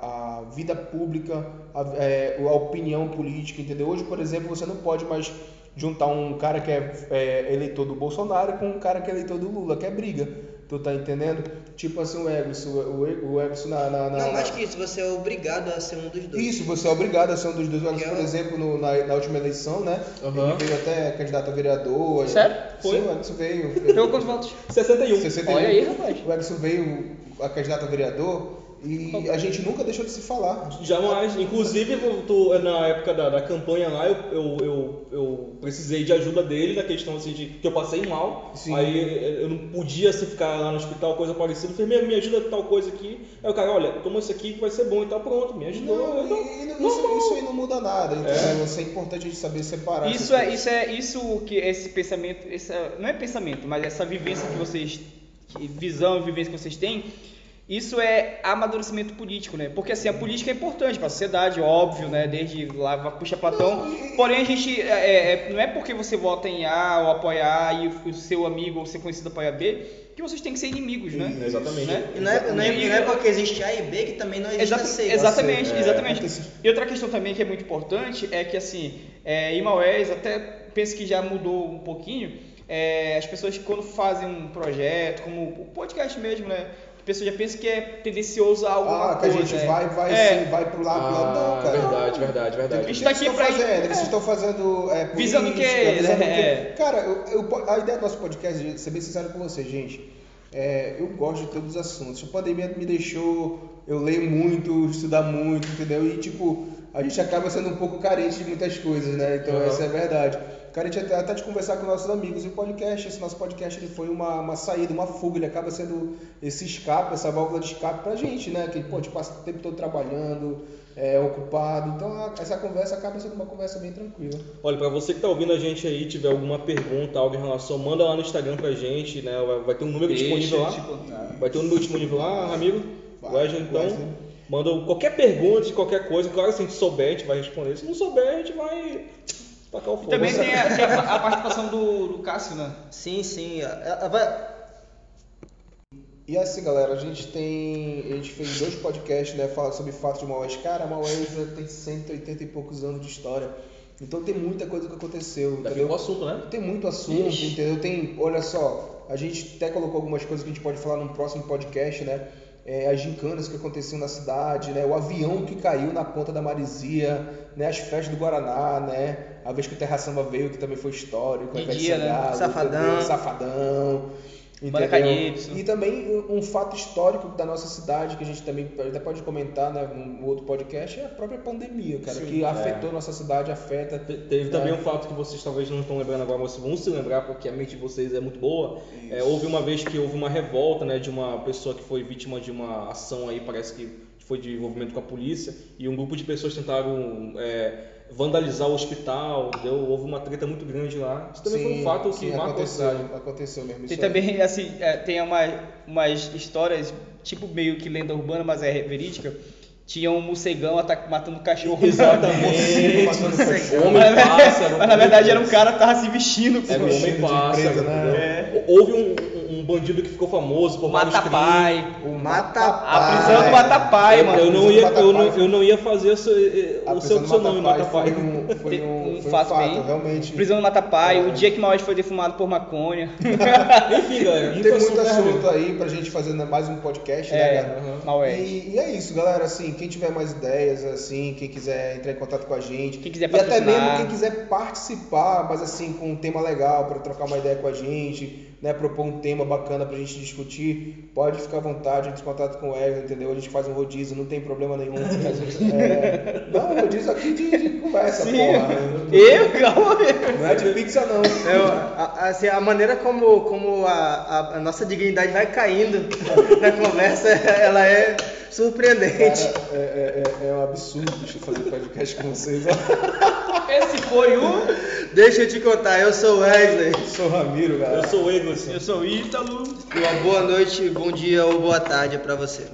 Speaker 2: a vida pública, a, é, a opinião política, entendeu? Hoje, por exemplo, você não pode mais juntar um cara que é, é, eleitor do Bolsonaro com um cara que é eleitor do Lula, que é briga. Tu tá entendendo? Tipo assim, o Egros, o, o, o Egros na, na, na-
Speaker 1: Não,
Speaker 2: na-
Speaker 1: mais que isso, você é obrigado a ser um dos dois.
Speaker 2: isso, você é obrigado a ser um dos dois vereadores,
Speaker 1: Eu-
Speaker 2: por exemplo, no- na, na última eleição, né?
Speaker 3: Aham.
Speaker 2: Ele veio até candidato a vereador.
Speaker 4: Sério?
Speaker 2: Sim,
Speaker 4: Foi?
Speaker 2: o Edson veio.
Speaker 4: Pegou quantos votos?
Speaker 3: 61.
Speaker 2: 61.
Speaker 4: Então, Olha aí, rapaz.
Speaker 2: O Edson veio a candidato a vereador E a gente nunca deixou de se falar.
Speaker 3: Jamais. é, Inclusive, eu tô- é, na época da, da campanha lá, eu, eu, eu, eu precisei de ajuda dele na questão assim de que eu passei mal.
Speaker 2: Sim.
Speaker 3: Aí eu- eu não podia assim, ficar lá no hospital, coisa parecida. Enfermeiro, me ajuda com tal coisa aqui. Aí o cara, olha, toma isso aqui que vai ser bom e tal, pronto, me ajudou.
Speaker 2: Não,
Speaker 3: Eu tô-
Speaker 2: e- e não- isso, isso aí não muda nada, entendeu? Isso é importante a gente saber separar. essas
Speaker 4: Isso é,
Speaker 2: coisas.
Speaker 4: isso é isso que esse pensamento, essa, não é pensamento, mas essa vivência que vocês, que visão e vivência que vocês têm, isso é amadurecimento político, né? Porque assim, a política é importante para a sociedade, óbvio, né? Desde lá, puxa Platão. Porém, a gente, é, é, não é porque você vota em A ou apoia A e o seu amigo ou seu conhecido apoia B, que vocês têm que ser inimigos, né?
Speaker 3: Isso, exatamente.
Speaker 4: Né?
Speaker 1: E não é, não, é, não é porque existe A e B que também não existe
Speaker 4: Exata-
Speaker 1: C.
Speaker 4: exatamente,
Speaker 2: é,
Speaker 4: exatamente.
Speaker 2: acontece.
Speaker 4: E outra questão também que é muito importante é que assim, é, em Maués, até penso que já mudou um pouquinho, é, as pessoas quando fazem um projeto, como o podcast mesmo, né? A pessoa já pensa que é tendencioso a alguma
Speaker 2: Ah, que a
Speaker 4: coisa.
Speaker 2: gente
Speaker 4: é.
Speaker 2: vai, vai
Speaker 4: É, Ah,
Speaker 2: sim, vai pro lado, pro lado. Não, cara.
Speaker 3: Ah, verdade, verdade, verdade.
Speaker 4: Isso daqui
Speaker 2: estão
Speaker 4: pra-
Speaker 2: fazendo, eles estão fazendo é,
Speaker 4: Visando o quê?
Speaker 2: política, visando o quê?
Speaker 4: É.
Speaker 2: Cara, eu- eu- a ideia do nosso podcast, de ser bem sincero com você, gente, é, eu gosto de todos os assuntos. A pandemia me deixou eu ler muito, estudar muito, entendeu? E tipo, a gente acaba sendo um pouco carente de muitas coisas, né? Então
Speaker 3: Uhum.
Speaker 2: essa é a verdade. Carente até, até de conversar com nossos amigos e o podcast, esse nosso podcast ele foi uma, uma saída, uma fuga, ele acaba sendo esse escape, essa válvula de escape pra gente, né? Que pô, a gente passa o tempo todo trabalhando, é, ocupado, então a- essa conversa acaba sendo uma conversa bem tranquila.
Speaker 3: Olha, pra você que tá ouvindo a gente aí, tiver alguma pergunta, algo em relação, manda lá no Instagram pra gente, né? Vai, vai ter um número
Speaker 4: Deixa
Speaker 3: disponível lá.
Speaker 4: eu
Speaker 2: tipo,
Speaker 4: te
Speaker 2: né?
Speaker 4: contar.
Speaker 3: Vai ter um número disponível lá, amigo.
Speaker 2: Vai,
Speaker 3: Wesley, então.
Speaker 2: Wesley.
Speaker 3: Manda qualquer pergunta, de qualquer coisa. Claro, se a gente souber, a gente vai responder. Se não souber, a gente vai tacar o
Speaker 4: E
Speaker 3: fogo.
Speaker 4: também tem a, tem a- a participação do, do Cássio, né?
Speaker 1: Sim, sim. a- a- a- vai-
Speaker 2: E assim, galera, a gente tem. A gente fez dois podcasts, né? Fala sobre fatos de Maués. Cara, Maués já tem 180 e poucos anos de história. Então tem muita coisa que aconteceu,
Speaker 3: Ainda
Speaker 2: entendeu?
Speaker 3: fica o assunto, né?
Speaker 2: Tem muito assunto, entendeu? Tem, olha só, a gente até colocou algumas coisas que a gente pode falar num próximo podcast, né? É, as gincanas que aconteciam na cidade, né? O avião que caiu na ponta da Marizia, né? As festas do Guaraná, né? A vez que o Terra Samba veio, que também foi histórico. a
Speaker 4: Didi,
Speaker 2: Ivete Sangalo,
Speaker 1: né? Safadão.
Speaker 2: entendeu? Safadão.
Speaker 4: Banda
Speaker 2: Entendeu?
Speaker 4: Calypso.
Speaker 2: E também um, um fato histórico da nossa cidade, que a gente também até pode comentar, né? Um outro podcast, é a própria pandemia, cara.
Speaker 3: Sim,
Speaker 2: que
Speaker 3: é.
Speaker 2: afetou a nossa cidade, afeta
Speaker 3: Te- Teve também um fato que vocês talvez não estão lembrando agora, mas vão se lembrar porque a mente de vocês é muito boa. É, houve uma vez que houve uma revolta, né, de uma pessoa que foi vítima de uma ação aí, parece que foi de envolvimento com a polícia, e um grupo de pessoas tentaram é, vandalizar o hospital, entendeu? Houve uma treta muito grande lá. Isso também foi um fato que
Speaker 2: sim,
Speaker 3: marcou a cidade. né?
Speaker 2: aconteceu, aconteceu mesmo.
Speaker 4: Tem
Speaker 2: isso aí.
Speaker 4: também, assim, é, tem uma, umas histórias, tipo meio que lenda urbana, mas é verídica. Tinha um morcegão ata- matando um cachorro. <laughs>
Speaker 3: Exatamente.
Speaker 2: Passando por-
Speaker 3: Homem
Speaker 4: Mas, na-
Speaker 3: pássaro.
Speaker 4: mas na verdade era um cara que tava se vestindo.
Speaker 3: É,
Speaker 4: pô.
Speaker 2: vestido
Speaker 3: homem
Speaker 2: de
Speaker 3: pássaro.
Speaker 2: preto, né?
Speaker 3: entendeu? Houve um, um- um bandido que ficou famoso por vários
Speaker 4: Mata
Speaker 3: crimes.
Speaker 4: pai.
Speaker 1: o
Speaker 4: A
Speaker 1: Mata
Speaker 4: prisão do Mata pai,
Speaker 2: É,
Speaker 3: eu,
Speaker 4: mano.
Speaker 3: eu não
Speaker 2: Prisão
Speaker 3: ia,
Speaker 2: do
Speaker 3: eu, não,
Speaker 2: Matapai.
Speaker 3: eu não ia fazer o seu, eh,
Speaker 2: a
Speaker 3: o seu,
Speaker 2: prisão do
Speaker 3: seu nome,
Speaker 2: Matapai
Speaker 3: Matapai.
Speaker 2: Foi um, foi um, foi um fato,
Speaker 4: fato bem-
Speaker 2: realmente.
Speaker 4: Prisão do Mata pai. O dia que Maués foi defumado por maconha.
Speaker 3: Enfim,
Speaker 2: Tem
Speaker 3: galera, muito
Speaker 2: muito
Speaker 3: assunto,
Speaker 2: assunto,
Speaker 3: né, amigo?
Speaker 2: aí pra gente fazer né, mais um podcast, né,
Speaker 4: É,
Speaker 2: cara?
Speaker 4: uhum. Maués.
Speaker 2: E, e é isso, galera. Assim, quem tiver mais ideias, assim, quem quiser entrar em contato com a gente.
Speaker 4: Quem quiser
Speaker 2: e até
Speaker 4: patrocinar.
Speaker 2: mesmo quem quiser participar, mas assim, com um tema legal, pra trocar uma ideia com a gente, né? Propor um tema bacana pra gente discutir, pode ficar à vontade, entre em contato com o Wesley, entendeu? A gente faz um rodízio, não tem problema
Speaker 4: <laughs>
Speaker 2: nenhum. É, não, rodízio aqui de, de conversa,
Speaker 4: um Sim.
Speaker 2: porra.
Speaker 4: Eu? Calma aí.
Speaker 2: Não é de pizza, não.
Speaker 1: Eu, a, assim, a maneira como, como a, a- a nossa dignidade vai caindo <laughs> na conversa, ela é surpreendente.
Speaker 2: É, é, é- é um absurdo bicho, fazer podcast com vocês. ó.
Speaker 4: Esse foi o...
Speaker 1: Deixa eu te contar, eu sou Wesley.
Speaker 2: Eu sou o Ramiro, galera.
Speaker 3: Eu sou o Eglisson.
Speaker 4: Eu sou o Ítalo.
Speaker 1: Uma boa noite, bom dia ou boa tarde pra você.